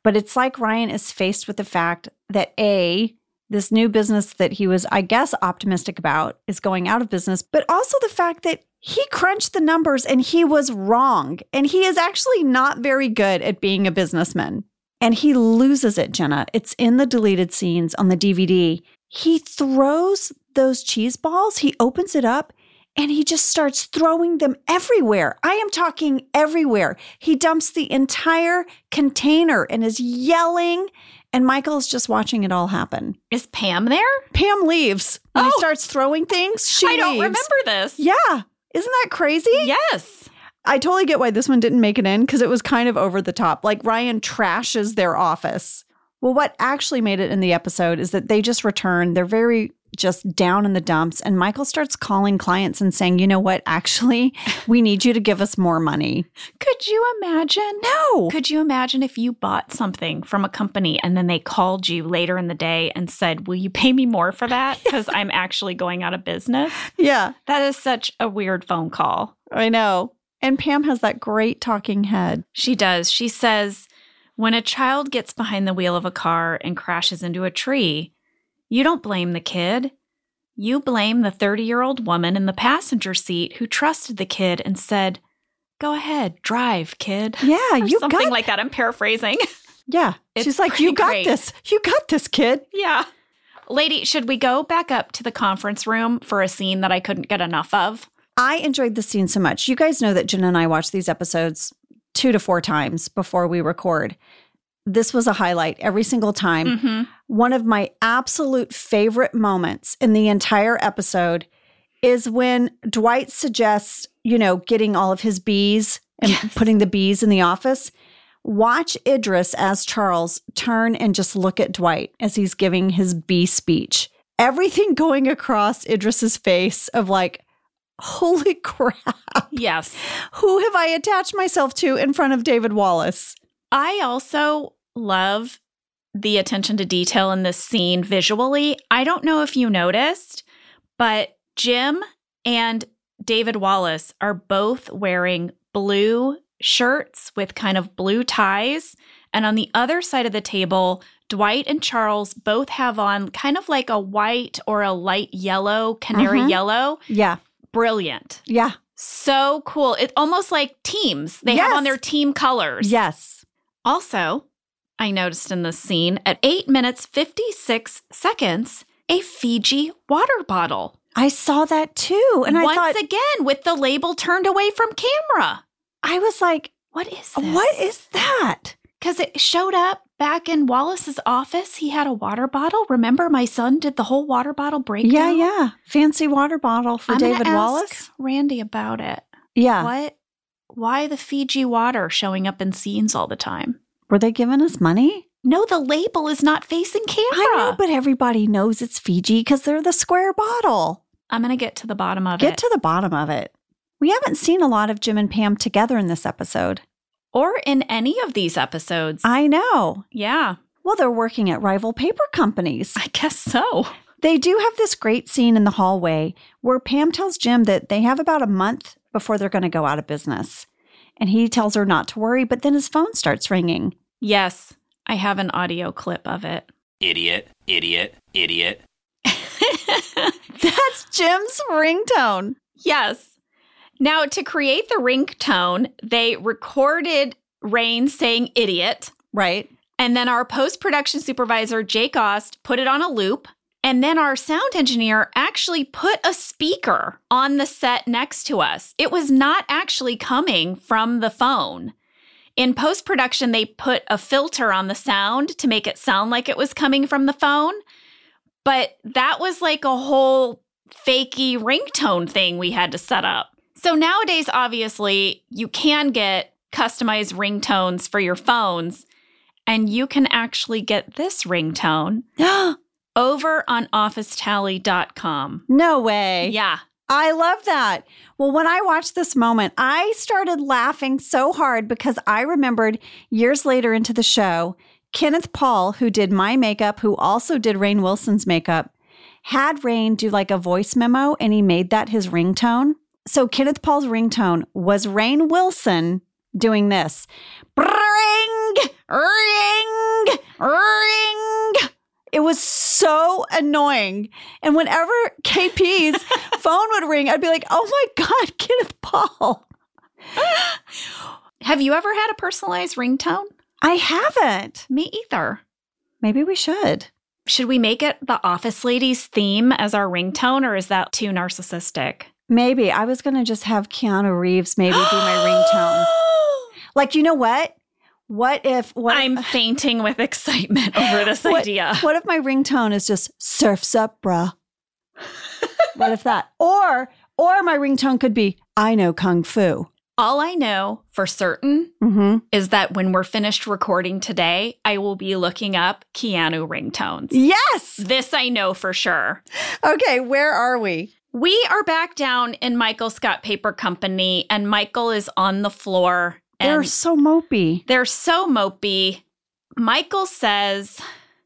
S2: But it's like Ryan is faced with the fact that A, this new business that he was, I guess, optimistic about is going out of business, but also the fact that he crunched the numbers and he was wrong. And he is actually not very good at being a businessman. And he loses it, Jenna. It's in the deleted scenes on the DVD. He throws those cheese balls, he opens it up, and he just starts throwing them everywhere. I am talking everywhere. He dumps the entire container and is yelling. And Michael's just watching it all happen.
S1: Is Pam there?
S2: Pam leaves. When he
S1: Oh.
S2: starts throwing things, she
S1: I don't
S2: leaves.
S1: remember this.
S2: Yeah. Isn't that crazy?
S1: Yes.
S2: I totally get why this one didn't make it in because it was kind of over the top. Like Ryan trashes their office. Well, what actually made it in the episode is that they just return. They're very just down in the dumps. And Michael starts calling clients and saying, you know what? Actually, we need you to give us more money.
S1: Could you imagine?
S2: No.
S1: Could you imagine if you bought something from a company and then they called you later in the day and said, Will you pay me more for that? Because I'm actually going out of business.
S2: Yeah,
S1: That is such a weird phone call.
S2: I know. And Pam has that great talking head.
S1: She does. She says, When a child gets behind the wheel of a car and crashes into a tree, you don't blame the kid. You blame the 30 year old woman in the passenger seat who trusted the kid and said, Go ahead, drive, kid.
S2: Yeah,
S1: Or
S2: you
S1: something
S2: got
S1: like that. I'm paraphrasing.
S2: Yeah.
S1: It's
S2: She's like, you
S1: pretty
S2: got
S1: great.
S2: this. You got this, kid.
S1: Yeah. Lady, should we go back up to the conference room for a scene that I couldn't get enough of?
S2: I enjoyed this scene so much. You guys know that Jenna and I watch these episodes two to four times before we record. This was a highlight every single time.
S1: Mm-hmm.
S2: One of my absolute favorite moments in the entire episode is when Dwight suggests, you know, getting all of his bees and
S1: Yes.
S2: putting the bees in the office. Watch Idris as Charles turn and just look at Dwight as he's giving his bee speech. Everything going across Idris's face of like, holy crap,
S1: Yes.
S2: who have I attached myself to in front of David Wallace?
S1: I also love the attention to detail in this scene visually. I don't know if you noticed, but Jim and David Wallace are both wearing blue shirts with kind of blue ties. And on the other side of the table, Dwight and Charles both have on kind of like a white or a light yellow, canary
S2: Mhm.
S1: yellow.
S2: Yeah,
S1: Brilliant.
S2: yeah,
S1: So cool. It's almost like teams. They have
S2: Yes.
S1: on their team colors.
S2: yes.
S1: Also, I noticed in this scene at 8 minutes 56 seconds, a Fiji water bottle.
S2: I saw that too. Oh, And I
S1: Once
S2: thought,
S1: again, with the label turned away from camera.
S2: I was like,
S1: What is this?
S2: Oh, What is that?
S1: Because it showed up back in Wallace's office. He had a water bottle. Remember, my son did the whole water bottle breakdown.
S2: Yeah, yeah. Fancy water bottle for
S1: I'm gonna
S2: David
S1: ask
S2: Wallace.
S1: Randy about it.
S2: Yeah.
S1: What? Why the Fiji water showing up in scenes all the time?
S2: Were they giving us money?
S1: No, the label is not facing camera.
S2: I know, but everybody knows it's Fiji because they're the square bottle.
S1: I'm gonna get to the bottom of it.
S2: Get to the bottom of it. We haven't seen a lot of Jim and Pam together in this episode.
S1: or in any of these episodes.
S2: I know.
S1: yeah,
S2: Well, they're working at rival paper companies.
S1: I guess so.
S2: They do have this great scene in the hallway where Pam tells Jim that they have about a month before they're going to go out of business. And he tells her not to worry, but then his phone starts ringing.
S1: Yes, I have an audio clip of it.
S8: Idiot, idiot, idiot.
S2: That's Jim's ringtone.
S1: Yes. Now, to create the ringtone, they recorded Rain saying idiot.
S2: Right.
S1: And then our post production supervisor, Jake Ost, put it on a loop. And then our sound engineer actually put a speaker on the set next to us. It was not actually coming from the phone. In post production, they put a filter on the sound to make it sound like it was coming from the phone. But that was like a whole fakey ringtone thing we had to set up. So nowadays, obviously, you can get customized ringtones for your phones, and you can actually get this ringtone over on officetally.com.
S2: No way.
S1: Yeah.
S2: I love that. Well, when I watched this moment, I started laughing so hard because I remembered years later into the show, Kenneth Paul, who did my makeup, who also did Rain Wilson's makeup, had Rain do like a voice memo and he made that his ringtone. So Kenneth Paul's ringtone was Rain Wilson doing this. Ring, ring, ring. It was so annoying. And whenever KP's phone would ring, I'd be like, oh my God, Kenneth Paul.
S1: Have you ever had a personalized ringtone?
S2: I haven't.
S1: Me either.
S2: Maybe we should.
S1: Should we make it the office ladies theme as our ringtone, or is that too narcissistic?
S2: Maybe. I was going to just have Keanu Reeves maybe be my ringtone. Like, you know what? What if what if-
S1: I'm fainting with excitement over this
S2: What-
S1: idea.
S2: What if my ringtone is just surfs up, bruh? what if that? Or or my ringtone could be I know kung fu.
S1: All I know for certain
S2: Mm-hmm.
S1: is that when we're finished recording today, I will be looking up Keanu ringtones.
S2: Yes.
S1: This I know for sure.
S2: Okay, where are we?
S1: We are back down in Michael Scott Paper Company, and Michael is on the floor. And
S2: They're so mopey.
S1: They're so mopey. Michael says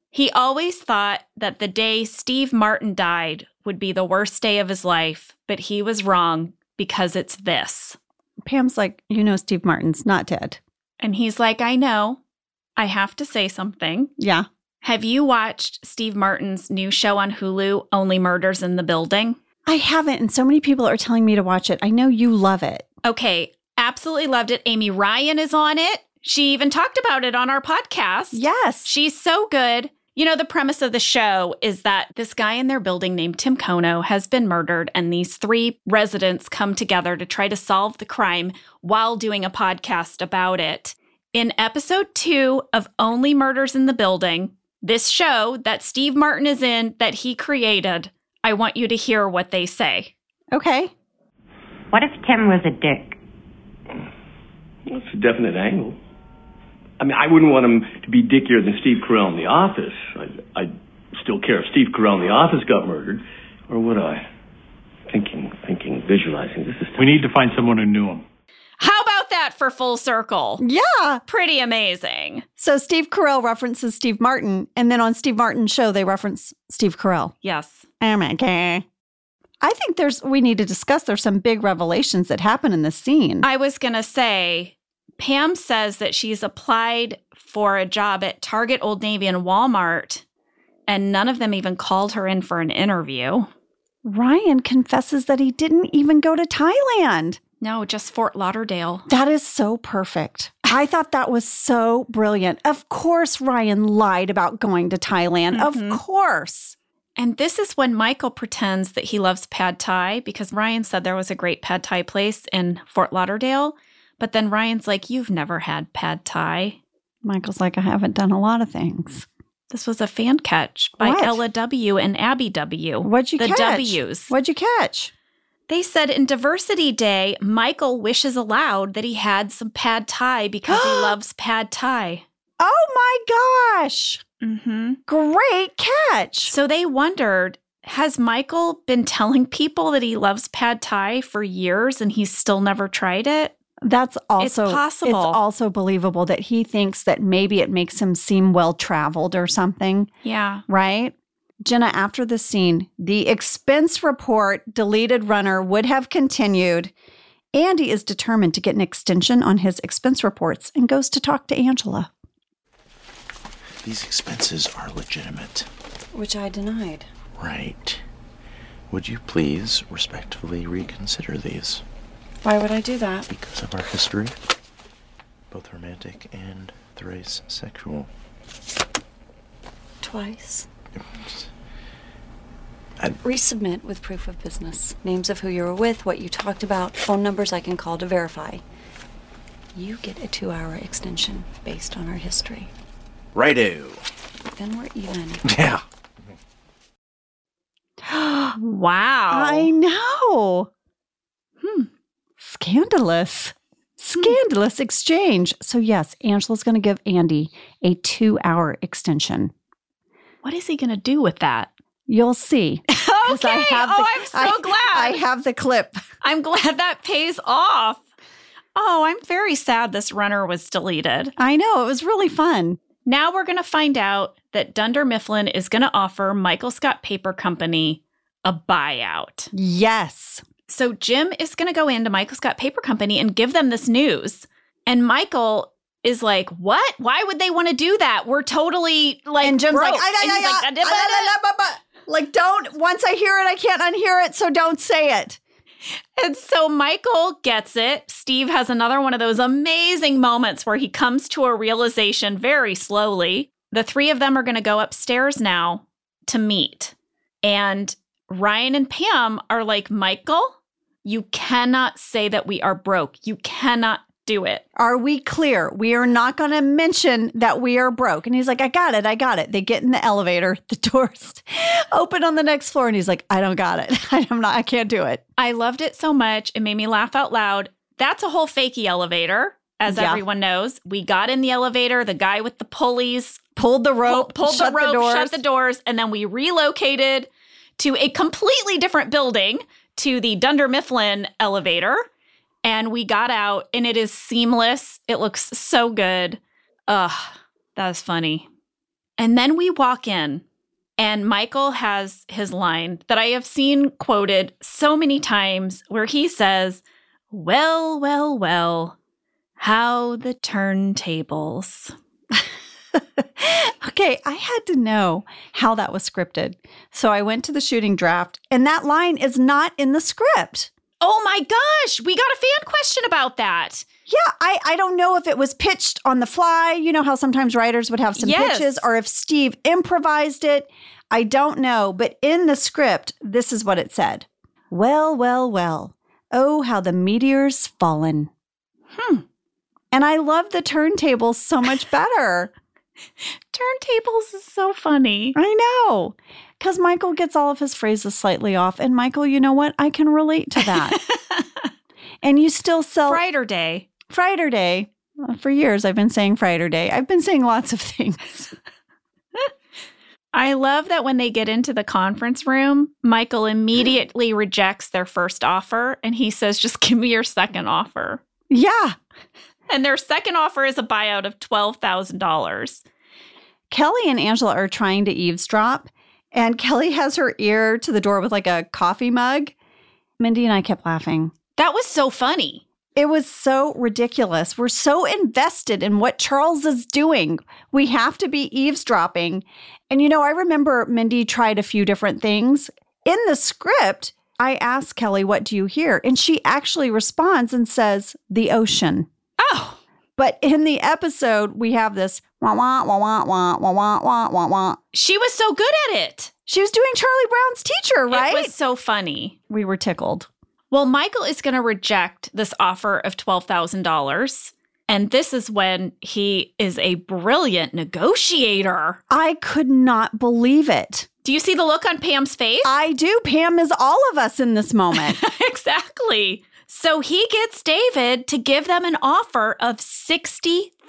S1: he always thought that the day Steve Martin died would be the worst day of his life, but he was wrong because it's this.
S2: Pam's like, you know, Steve Martin's not dead.
S1: And he's like, I know. I have to say something.
S2: Yeah.
S1: Have you watched Steve Martin's new show on Hulu, Only Murders in the Building?
S2: I haven't, and so many people are telling me to watch it. I know you love it.
S1: Okay, absolutely loved it. Amy Ryan is on it. She even talked about it on our podcast.
S2: Yes.
S1: She's so good. You know, the premise of the show is that this guy in their building named Tim Kono has been murdered, and these three residents come together to try to solve the crime while doing a podcast about it. In episode two of Only Murders in the Building, this show that Steve Martin is in that he created, I want you to hear what they say.
S2: okay.
S9: What if Tim was a dick?
S10: It's a definite angle. I mean, I wouldn't want him to be dickier than Steve Carell in The Office. I, I'd still care if Steve Carell in The Office got murdered, or would I? Thinking, thinking, visualizing. This is.
S11: We need to find someone who knew him.
S1: How about that for full circle?
S2: Yeah.
S1: Pretty amazing.
S2: So Steve Carell references Steve Martin, and then on Steve Martin's show, they reference Steve Carell.
S1: Yes.
S2: Oh my God. I think there's we need to discuss there's some big revelations that happen in this scene.
S1: I was going to say Pam says that she's applied for a job at Target, Old Navy, and Walmart, and none of them even called her in for an interview.
S2: Ryan confesses that he didn't even go to Thailand.
S1: No, just Fort Lauderdale.
S2: That is so perfect. I thought that was so brilliant. Of course Ryan lied about going to Thailand. Of course.
S1: And this is when Michael pretends that he loves pad thai because Ryan said there was a great pad thai place in Fort Lauderdale. But then Ryan's like, You've never had pad thai.
S2: Michael's like I haven't done a lot of things.
S1: This was a fan catch by
S2: What?
S1: Ella W. and Abby W.
S2: What'd you
S1: the
S2: catch?
S1: W's.
S2: What'd you catch?
S1: They said in Diversity Day, Michael wishes aloud that he had some pad thai because he loves pad thai.
S2: Oh my gosh.
S1: Mm-hmm.
S2: Great catch.
S1: So they wondered has Michael been telling people that he loves pad thai for years and he's still never tried it?
S2: That's also
S1: possible.
S2: also believable that he thinks that maybe it makes him seem well traveled or something,
S1: Yeah.
S2: right? Jenna, after the scene, the expense report deleted runner would have continued. Andy is determined to get an extension on his expense reports and goes to talk to Angela.
S12: These expenses are legitimate.
S5: Which I denied.
S12: Right. Would you please respectfully reconsider these?
S5: Why would I do that?
S12: Because of our history, both romantic and thrice sexual.
S5: Twice. Uh, Resubmit with proof of business. Names of who you were with, what you talked about, phone numbers I can call to verify. You get a two hour extension based on our history.
S12: Righto.
S5: Then we're even.
S12: Yeah.
S1: wow.
S2: I
S1: Oh.
S2: know. Hmm. Scandalous.
S1: Hmm.
S2: Scandalous exchange. So, yes, Angela's going to give Andy a two hour extension.
S1: What is he going to do with that?
S2: You'll see. okay.
S1: I have the, oh, I'm so
S2: I-
S1: glad.
S2: I have the clip.
S1: I'm glad that pays off. Oh, I'm very sad this runner was deleted.
S2: I know. It was really fun.
S1: Now we're going to find out that Dunder Mifflin is going to offer Michael Scott Paper Company a buyout.
S2: Yes.
S1: So Jim is going to go into Michael Scott Paper Company and give them this news. And Michael is like, "What? Why would they want to do that? We're totally like
S2: And Jim's like,
S1: broke."
S2: "Ah,
S1: And
S2: yeah,
S1: he's
S2: yeah,
S1: like,
S2: yeah.
S1: "Ah, da, da,
S2: Ah,
S1: da,
S2: la,
S1: da."
S2: la, ba, ba. Like, don't, once I hear it, I can't unhear it. So don't say it.
S1: And so Michael gets it. Steve has another one of those amazing moments where he comes to a realization very slowly. The three of them are going to go upstairs now to meet. And Ryan and Pam are like, Michael, you cannot say that we are broke. You cannot do it.
S2: Are we clear? We are not going to mention that we are broke. And he's like, I got it. I got it. They get in the elevator. The doors open on the next floor. And he's like, I don't got it. I'm not, I can't do it.
S1: I loved it so much. It made me laugh out loud. That's a whole fakey elevator, as
S2: Yeah.
S1: everyone knows. We got in the elevator, the guy with the pulleys
S2: Pulled the rope,
S1: pulled
S2: shut
S1: the rope,
S2: doors.
S1: shut the doors, and then we relocated to a completely different building to the Dunder Mifflin elevator. And we got out, and it is seamless. It looks so good. Ugh, that is funny. And then we walk in, and Michael has his line that I have seen quoted so many times where he says, Well, well, well, how the turntables.
S2: okay, I had to know how that was scripted. So I went to the shooting draft, and that line is not in the script.
S1: Oh my gosh, we got a fan question about that.
S2: Yeah, I, I don't know if it was pitched on the fly. You know how sometimes writers would have some
S1: Yes.
S2: pitches, or if Steve improvised it. I don't know. But in the script, this is what it said Well, well, well. Oh, how the meteor's fallen.
S1: Hmm.
S2: And I love the turntables so much better.
S1: Turntables is so funny.
S2: I know. Because Michael gets all of his phrases slightly off. And Michael, you know what? I can relate to that. and you still sell
S1: Brighter day.
S2: Friday Day. Uh, For years, I've been saying Friday Day. I've been saying lots of things.
S1: I love that when they get into the conference room, Michael immediately rejects their first offer and he says, just give me your second offer.
S2: yeah.
S1: And their second offer is a buyout of $12,000.
S2: Kelly and Angela are trying to eavesdrop, and Kelly has her ear to the door with like a coffee mug. Mindy and I kept laughing.
S1: That was so funny.
S2: It was so ridiculous. We're so invested in what Charles is doing. We have to be eavesdropping. And you know, I remember Mindy tried a few different things. In the script, I asked Kelly, What do you hear? And she actually responds and says, The ocean.
S1: Oh,
S2: But in the episode, we have this wah wah wah wah wah wah wah wah wah wah.
S1: she was so good at it.
S2: She was doing Charlie Brown's teacher, right?
S1: It was so funny.
S2: we were tickled.
S1: Well, Michael is going to reject this offer of $12,000. And this is when he is a brilliant negotiator.
S2: I could not believe it.
S1: Do you see the look on Pam's face?
S2: I do. Pam is all of us in this moment.
S1: exactly. So he gets David to give them an offer of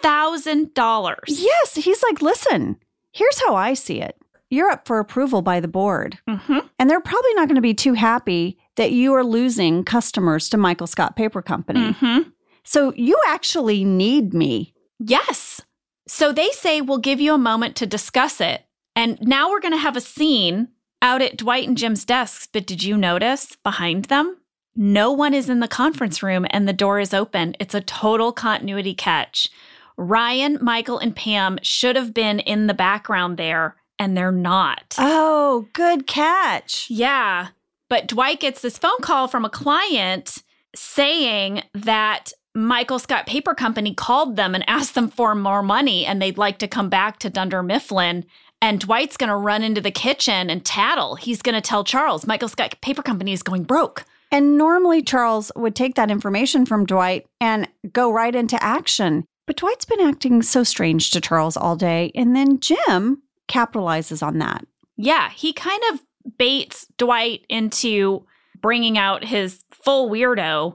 S1: $60,000.
S2: yes, he's like, listen, here's how I see it. You're up for approval by the board,
S1: Mhm.
S2: and they're probably not going to be too happy that you are losing customers to Michael Scott Paper Company.
S1: Mhm.
S2: So you actually need me.
S1: Yes. So they say, we'll give you a moment to discuss it. And now we're going to have a scene out at Dwight and Jim's desks. But did you notice behind them? No one is in the conference room and the door is open. It's a total continuity catch. Ryan, Michael, and Pam should have been in the background there, and they're not.
S2: Oh, good catch.
S1: Yeah. But Dwight gets this phone call from a client saying that Michael Scott Paper Company called them and asked them for more money, and they'd like to come back to Dunder Mifflin. And Dwight's going to run into the kitchen and tattle. He's going to tell Charles, Michael Scott Paper Company is going broke.
S2: And normally Charles would take that information from Dwight and go right into action. But Dwight's been acting so strange to Charles all day. And then Jim capitalizes on that.
S1: Yeah, he kind of baits Dwight into bringing out his full weirdo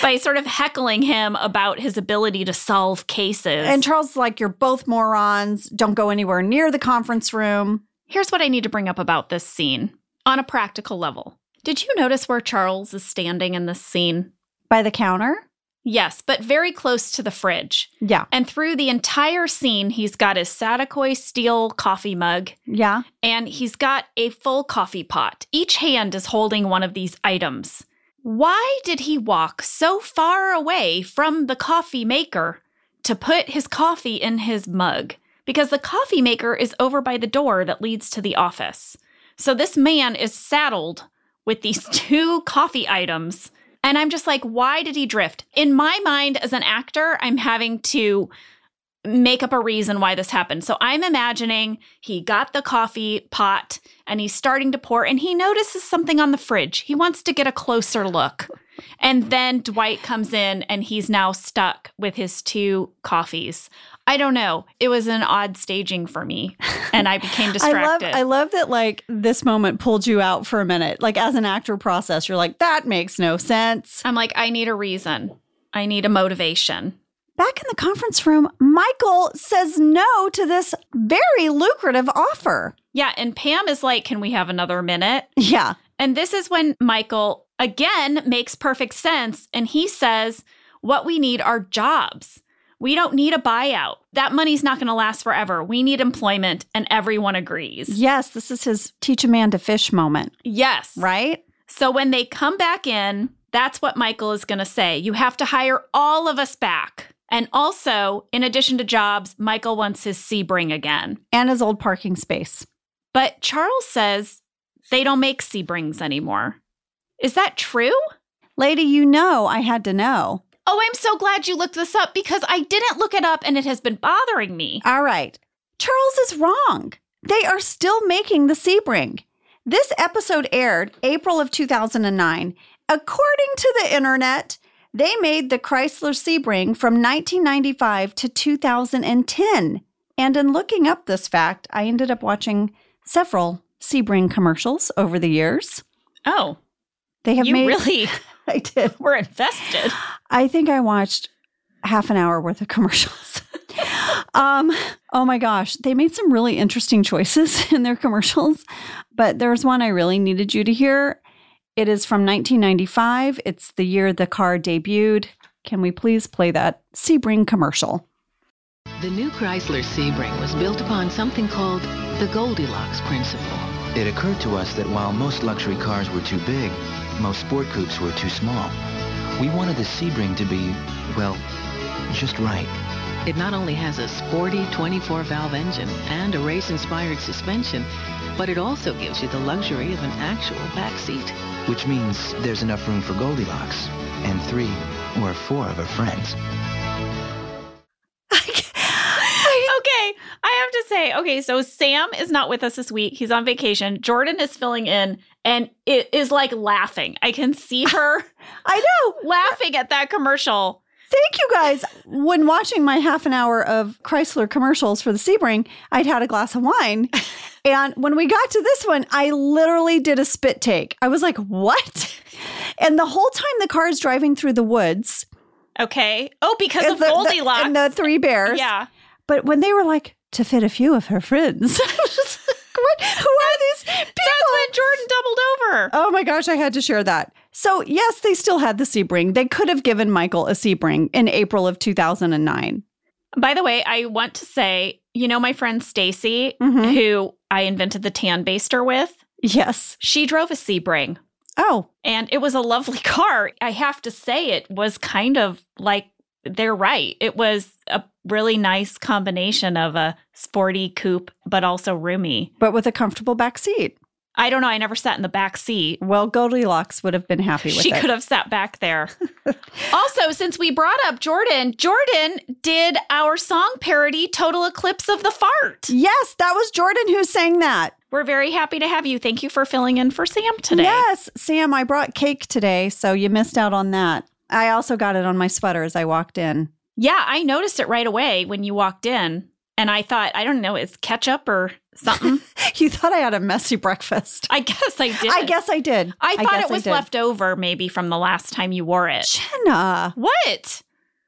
S1: by sort of heckling him about his ability to solve cases.
S2: And Charles is like, You're both morons. Don't go anywhere near the conference room.
S1: Here's what I need to bring up about this scene on a practical level. Did you notice where Charles is standing in this scene?
S2: By the counter?
S1: Yes, but very close to the fridge.
S2: Yeah.
S1: And through the entire scene, he's got his Sadakoi steel coffee mug.
S2: Yeah.
S1: And he's got a full coffee pot. Each hand is holding one of these items. Why did he walk so far away from the coffee maker to put his coffee in his mug? Because the coffee maker is over by the door that leads to the office. So this man is saddled with these two coffee items. And I'm just like, why did he drift? In my mind, as an actor, I'm having to make up a reason why this happened. So I'm imagining he got the coffee pot and he's starting to pour and he notices something on the fridge. He wants to get a closer look. And then Dwight comes in and he's now stuck with his two coffees. I don't know. It was an odd staging for me and I became distracted.
S2: I love I love that like this moment pulled you out for a minute. Like as an actor process, you're like that makes no sense.
S1: I'm like I need a reason. I need a motivation.
S2: Back in the conference room, Michael says no to this very lucrative offer.
S1: Yeah, and Pam is like, "Can we have another minute?"
S2: Yeah.
S1: And this is when Michael again makes perfect sense and he says, "What we need are jobs. We don't need a buyout. That money's not going to last forever. We need employment." And everyone agrees.
S2: Yes, this is his teach a man to fish moment,
S1: Yes.
S2: right?
S1: So when they come back in, that's what Michael is going to say. You have to hire all of us back. And also, in addition to jobs, Michael wants his Sebring again.
S2: And his old parking space.
S1: But Charles says they don't make Sebrings anymore. Is that true?
S2: Lady, you know I had to know.
S1: Oh, I'm so glad you looked this up because I didn't look it up and it has been bothering me.
S2: All right. Charles is wrong. They are still making the Sebring. This episode aired April of 2009. According to the internet, they made the Chrysler Sebring from 1995 to 2010. And in looking up this fact, I ended up watching several Sebring commercials over the years.
S1: Oh,
S2: They have
S1: you
S2: made
S1: really
S2: I did.
S1: were invested.
S2: I think I watched half an hour worth of commercials. um, oh my gosh, they made some really interesting choices in their commercials, but there's one I really needed you to hear. It is from 1995. It's the year the car debuted. Can we please play that Sebring commercial?
S13: The new Chrysler Sebring was built upon something called the Goldilocks principle.
S14: It occurred to us that while most luxury cars were too big, most sport coupes were too small. We wanted the Sebring to be, well, just right.
S13: It not only has a sporty 24-valve engine and a race-inspired suspension, but it also gives you the luxury of an actual back seat.
S14: Which means there's enough room for Goldilocks and three or four of her friends.
S1: okay, I have to say, okay, so Sam is not with us this week. He's on vacation. Jordan is filling in and it is like laughing. I can see her
S2: I know.
S1: laughing at that commercial.
S2: Thank you guys. When watching my half an hour of Chrysler commercials for the Sebring, I'd had a glass of wine. And when we got to this one, I literally did a spit take. I was like, what? And the whole time the car is driving through the woods,
S1: Okay. Oh, because
S2: and
S1: of
S2: the- the-
S1: Goldilocks.
S2: and the three bears.
S1: yeah.
S2: But when they were like, to fit a few of her friends, I was just like, what? Who are these people?
S1: That's when Jordan doubled over.
S2: Oh my gosh, I had to share that. So, yes, they still had the Sebring. They could have given Michael a Sebring in April of 2009.
S1: By the way, I want to say, you know, my friend Stacy,
S2: Mhm.
S1: who I invented the tan baster with,
S2: Yes.
S1: she drove a Sebring
S2: Oh,
S1: and it was a lovely car. I have to say, it was kind of like they're right. It was a really nice combination of a sporty coupe, but also roomy.
S2: But with a comfortable back seat.
S1: I don't know. I never sat in the back seat.
S2: Well, Goldilocks would have been happy with
S1: she
S2: it.
S1: could have sat back there. also, since we brought up Jordan, Jordan did our song parody, Total Eclipse of the Fart.
S2: Yes, that was Jordan who sang that.
S1: We're very happy to have you. Thank you for filling in for Sam today.
S2: Yes, Sam, I brought cake today, so you missed out on that. I also got it on my sweater as I walked in.
S1: Yeah, I noticed it right away when you walked in. And I thought, I don't know, it's ketchup or something.
S2: you thought I had a messy breakfast.
S1: I guess I did.
S2: I guess I did.
S1: I thought it
S2: guess
S1: was
S2: did.
S1: left over maybe from the last time you wore it.
S2: Jenna,
S1: What?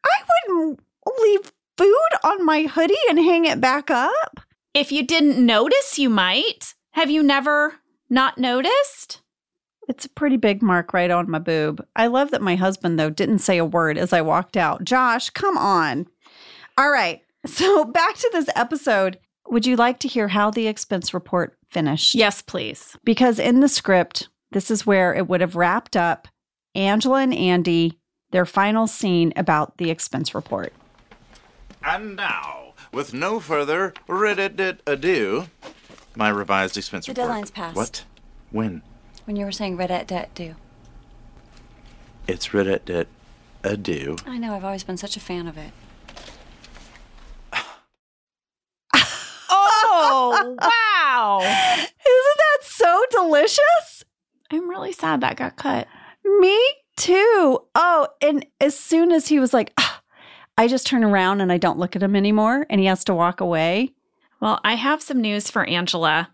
S2: I wouldn't leave food on my hoodie and hang it back up.
S1: If you didn't notice, you might. Have you never not noticed?
S2: It's a pretty big mark right on my boob. I love that my husband, though, didn't say a word as I walked out. Josh, come on. All right. So back to this episode. Would you like to hear how the expense report finished?
S1: Yes, please.
S2: Because in the script, this is where it would have wrapped up Angela and Andy, their final scene about the expense report.
S12: And now, with no further rid ado, my revised expense
S5: The
S12: report.
S5: deadline's passed.
S12: What? When?
S5: When you were saying red at debt due.
S12: It's rid ado.
S5: I know, I've always been such a fan of it.
S1: Oh, wow.
S2: Isn't that so delicious?
S1: I'm really sad that got cut.
S2: Me too. Oh, and as soon as he was like, "Ah," I just turn around and I don't look at him anymore, and he has to walk away.
S1: Well, I have some news for Angela.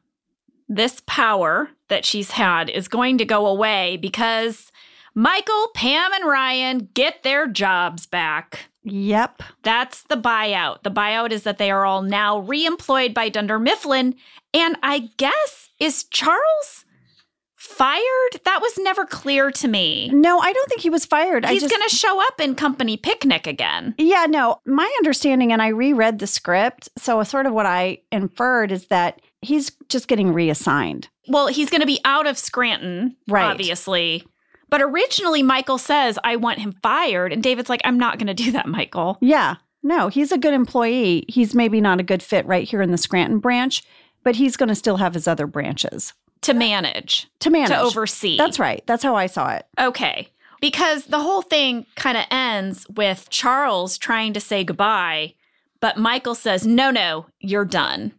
S1: This power that she's had is going to go away because Michael, Pam, and Ryan get their jobs back.
S2: Yep.
S1: That's the buyout. The buyout is that they are all now re employed by Dunder Mifflin. And I guess, is Charles fired? That was never clear to me.
S2: No, I don't think he was fired. I
S1: He's
S2: just,
S1: going to show up in company picnic again.
S2: Yeah, no. My understanding, and I reread the script, so sort of what I inferred is that he's just getting reassigned.
S1: Well, he's going to be out of Scranton,
S2: Right.
S1: obviously. But originally, Michael says, I want him fired. And David's like, I'm not going to do that, Michael.
S2: Yeah. No, he's a good employee. He's maybe not a good fit right here in the Scranton branch, but he's going to still have his other branches
S1: To manage,
S2: to manage.
S1: to oversee.
S2: That's right. That's how I saw it.
S1: Okay. Because the whole thing kind of ends with Charles trying to say goodbye, but Michael says, No, no, you're done.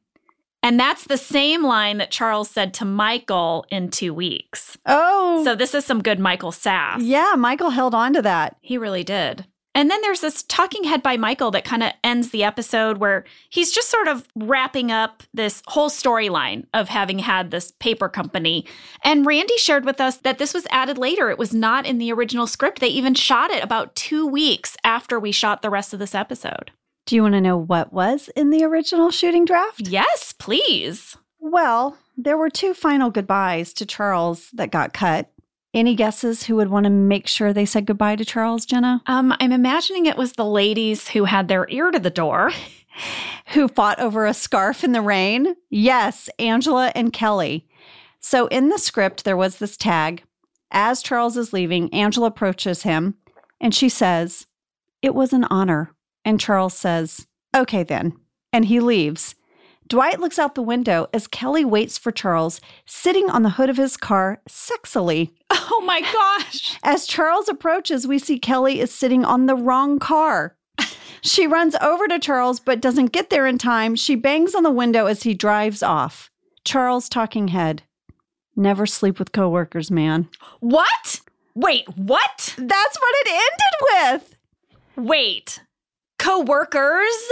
S1: And that's the same line that Charles said to Michael in two weeks.
S2: Oh.
S1: So this is some good Michael sass.
S2: Yeah, Michael held on to that.
S1: He really did. And then there's this talking head by Michael that kind of ends the episode where he's just sort of wrapping up this whole storyline of having had this paper company. And Randy shared with us that this was added later. It was not in the original script. They even shot it about two weeks after we shot the rest of this episode.
S2: Do you want to know what was in the original shooting draft?
S1: Yes, please.
S2: Well, there were two final goodbyes to Charles that got cut. Any guesses who would want to make sure they said goodbye to Charles, Jenna?
S1: Um, I'm imagining it was the ladies who had their ear to the door.
S2: Who fought over a scarf in the rain? Yes, Angela and Kelly. So in the script, there was this tag. As Charles is leaving, Angela approaches him and she says, It was an honor. And Charles says, Okay, then. And he leaves. Dwight looks out the window as Kelly waits for Charles, sitting on the hood of his car sexily.
S1: Oh my gosh.
S2: As Charles approaches, we see Kelly is sitting on the wrong car. She runs over to Charles but doesn't get there in time. She bangs on the window as he drives off. Charles talking head. Never sleep with coworkers, man.
S1: What? Wait, what?
S2: That's what it ended with.
S1: Wait. Coworkers?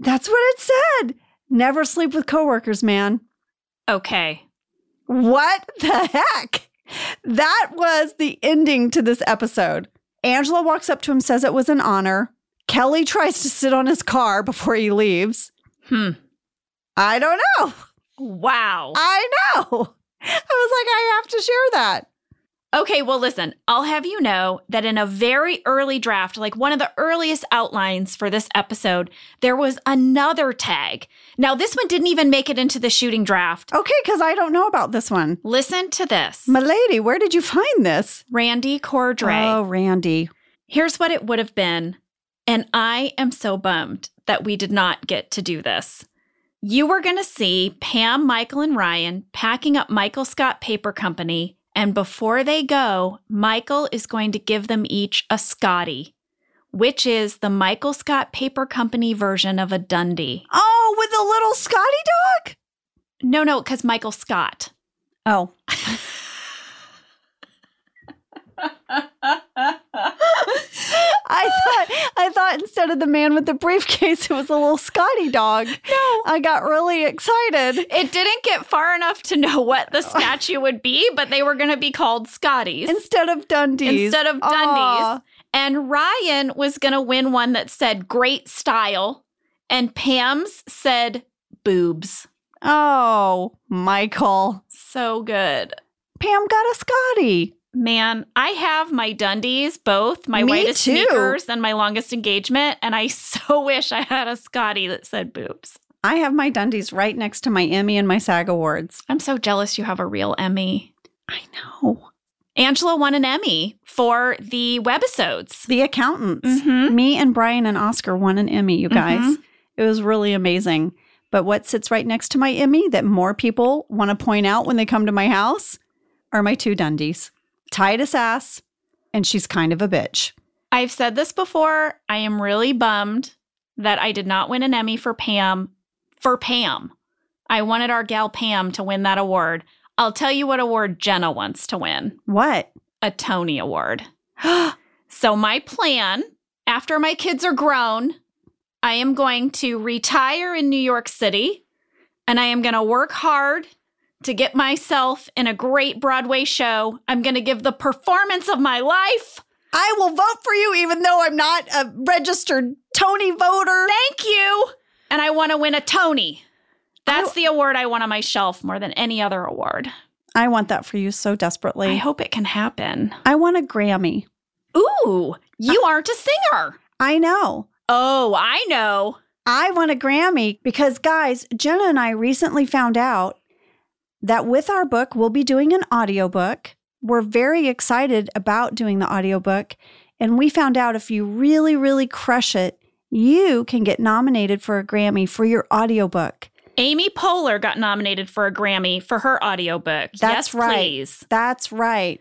S2: That's what it said. Never sleep with coworkers, man.
S1: Okay.
S2: What the heck? That was the ending to this episode. Angela walks up to him, says it was an honor. Kelly tries to sit on his car before he leaves.
S1: Hmm.
S2: I don't know.
S1: Wow.
S2: I know. I was like, I have to share that.
S1: Okay, well, listen, I'll have you know that in a very early draft, like one of the earliest outlines for this episode, there was another tag. Now, this one didn't even make it into the shooting draft.
S2: Okay, because I don't know about this one.
S1: Listen to this
S2: My lady, where did you find this?
S1: Randy Cordray.
S2: Oh, Randy.
S1: Here's what it would have been And I am so bummed that we did not get to do this. You were going to see Pam, Michael, and Ryan packing up Michael Scott Paper Company. And before they go, Michael is going to give them each a Scotty, which is the Michael Scott Paper Company version of a Dundee.
S2: Oh, with a little Scotty dog?
S1: No, no, because Michael Scott.
S2: Oh. I thought I thought instead of the man with the briefcase, it was a little Scotty dog.
S1: No.
S2: I got really excited.
S1: It didn't get far enough to know what the statue would be, but they were going to be called Scotties
S2: Instead of Dundee's.
S1: instead of Dundee's.
S2: Aw.
S1: And Ryan was going to win one that said great style, and Pam's said boobs.
S2: Oh, Michael.
S1: So good.
S2: Pam got a Scotty.
S1: Man, I have my Dundies, both my
S2: Me
S1: whitest
S2: too.
S1: sneakers and my longest engagement, and I so wish I had a Scotty that said boobs.
S2: I have my Dundies right next to my Emmy and my SAG Awards.
S1: I'm so jealous you have a real Emmy.
S2: I
S1: Oh,
S2: know.
S1: Angela won an Emmy for the webisodes.
S2: The accountants.
S1: Mm-hmm.
S2: Me and Brian and Oscar won an Emmy, you guys.
S1: Mhm.
S2: It was really amazing. But what sits right next to my Emmy that more people want to point out when they come to my house are my two Dundies Titus Ass, and she's kind of a bitch.
S1: I've said this before. I am really bummed that I did not win an Emmy for Pam. For Pam. I wanted our gal Pam to win that award. I'll tell you what award Jenna wants to win
S2: What?
S1: a Tony Award. So, my plan after my kids are grown, I am going to retire in New York City and I am going to work hard to get myself in a great Broadway show. I'm going to give the performance of my life.
S2: I will vote for you, even though I'm not a registered Tony voter.
S1: Thank you. And I want to win a Tony. That's the award I want on my shelf more than any other award.
S2: I want that for you so desperately.
S1: I hope it can happen.
S2: I want a Grammy.
S1: Ooh, you aren't a singer.
S2: I know.
S1: Oh, I know.
S2: I want a Grammy because, guys, Jenna and I recently found out that with our book, we'll be doing an audiobook. We're very excited about doing the audiobook. And we found out if you really, really crush it, you can get nominated for a Grammy for your audiobook.
S1: Amy Poehler got nominated for a Grammy for her audiobook.
S2: That's
S1: yes,
S2: right.
S1: please.
S2: That's right.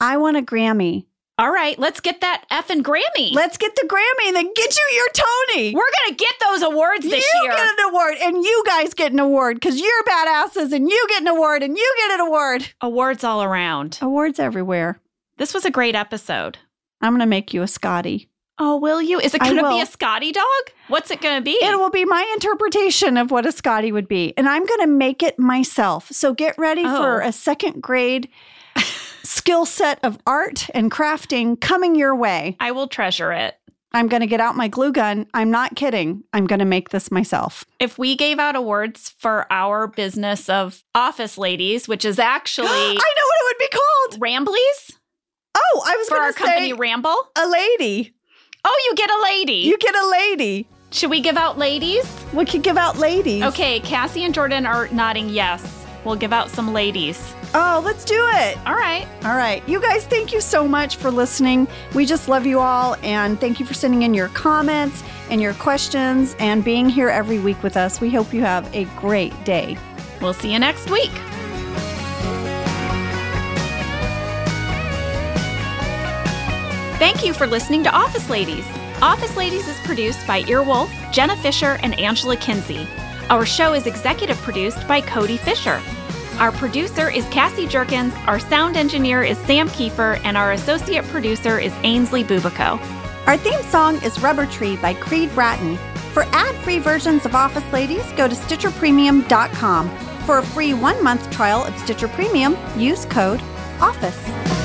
S2: I want a Grammy.
S1: All right, let's get that effing Grammy.
S2: Let's get the Grammy and then get you your Tony.
S1: We're going to get those awards this
S2: you
S1: year.
S2: get an award and you guys get an award because you're badasses and you get an award and you get an award.
S1: awards all around.
S2: Awards everywhere.
S1: This was a great episode.
S2: I'm going to make you a Scotty.
S1: Oh, will you? Is it
S2: I
S1: going to be
S2: will.
S1: a Scotty dog? What's it going to be?
S2: It will be my interpretation of what a Scotty would be. And I'm going to make it myself. So get ready
S1: Oh.
S2: for a second grade skill set of art and crafting coming your way.
S1: I will treasure it.
S2: I'm going to get out my glue gun. I'm not kidding. I'm going to make this myself.
S1: If we gave out awards for our business of office ladies, which is
S2: I know
S1: actually
S2: what it would be called.
S1: Ramblies
S2: Oh, I was
S1: for
S2: going
S1: our
S2: to
S1: company
S2: say
S1: Ramble.
S2: a lady.
S1: Oh, you get a lady.
S2: You get a lady.
S1: Should we give out ladies?
S2: We could give out ladies.
S1: Okay, Cassie and Jordan are nodding yes. We'll give out some ladies.
S2: Oh, let's do it.
S1: All right.
S2: All right. You guys, thank you so much for listening. We just love you all. And thank you for sending in your comments and your questions and being here every week with us. We hope you have a great day.
S1: We'll see you next week. Thank you for listening to Office Ladies. Office Ladies is produced by Earwolf, Jenna Fisher, and Angela Kinsey. Our show is executive produced by Cody Fisher. Our producer is Cassie Jerkins, our sound engineer is Sam Kiefer, and our associate producer is Ainsley Bubico.
S2: Our theme song is Rubber Tree by Creed Bratton. For ad free versions of Office Ladies, go to StitcherPremium.com. For a free one month trial of Stitcher Premium, use code OFFICE.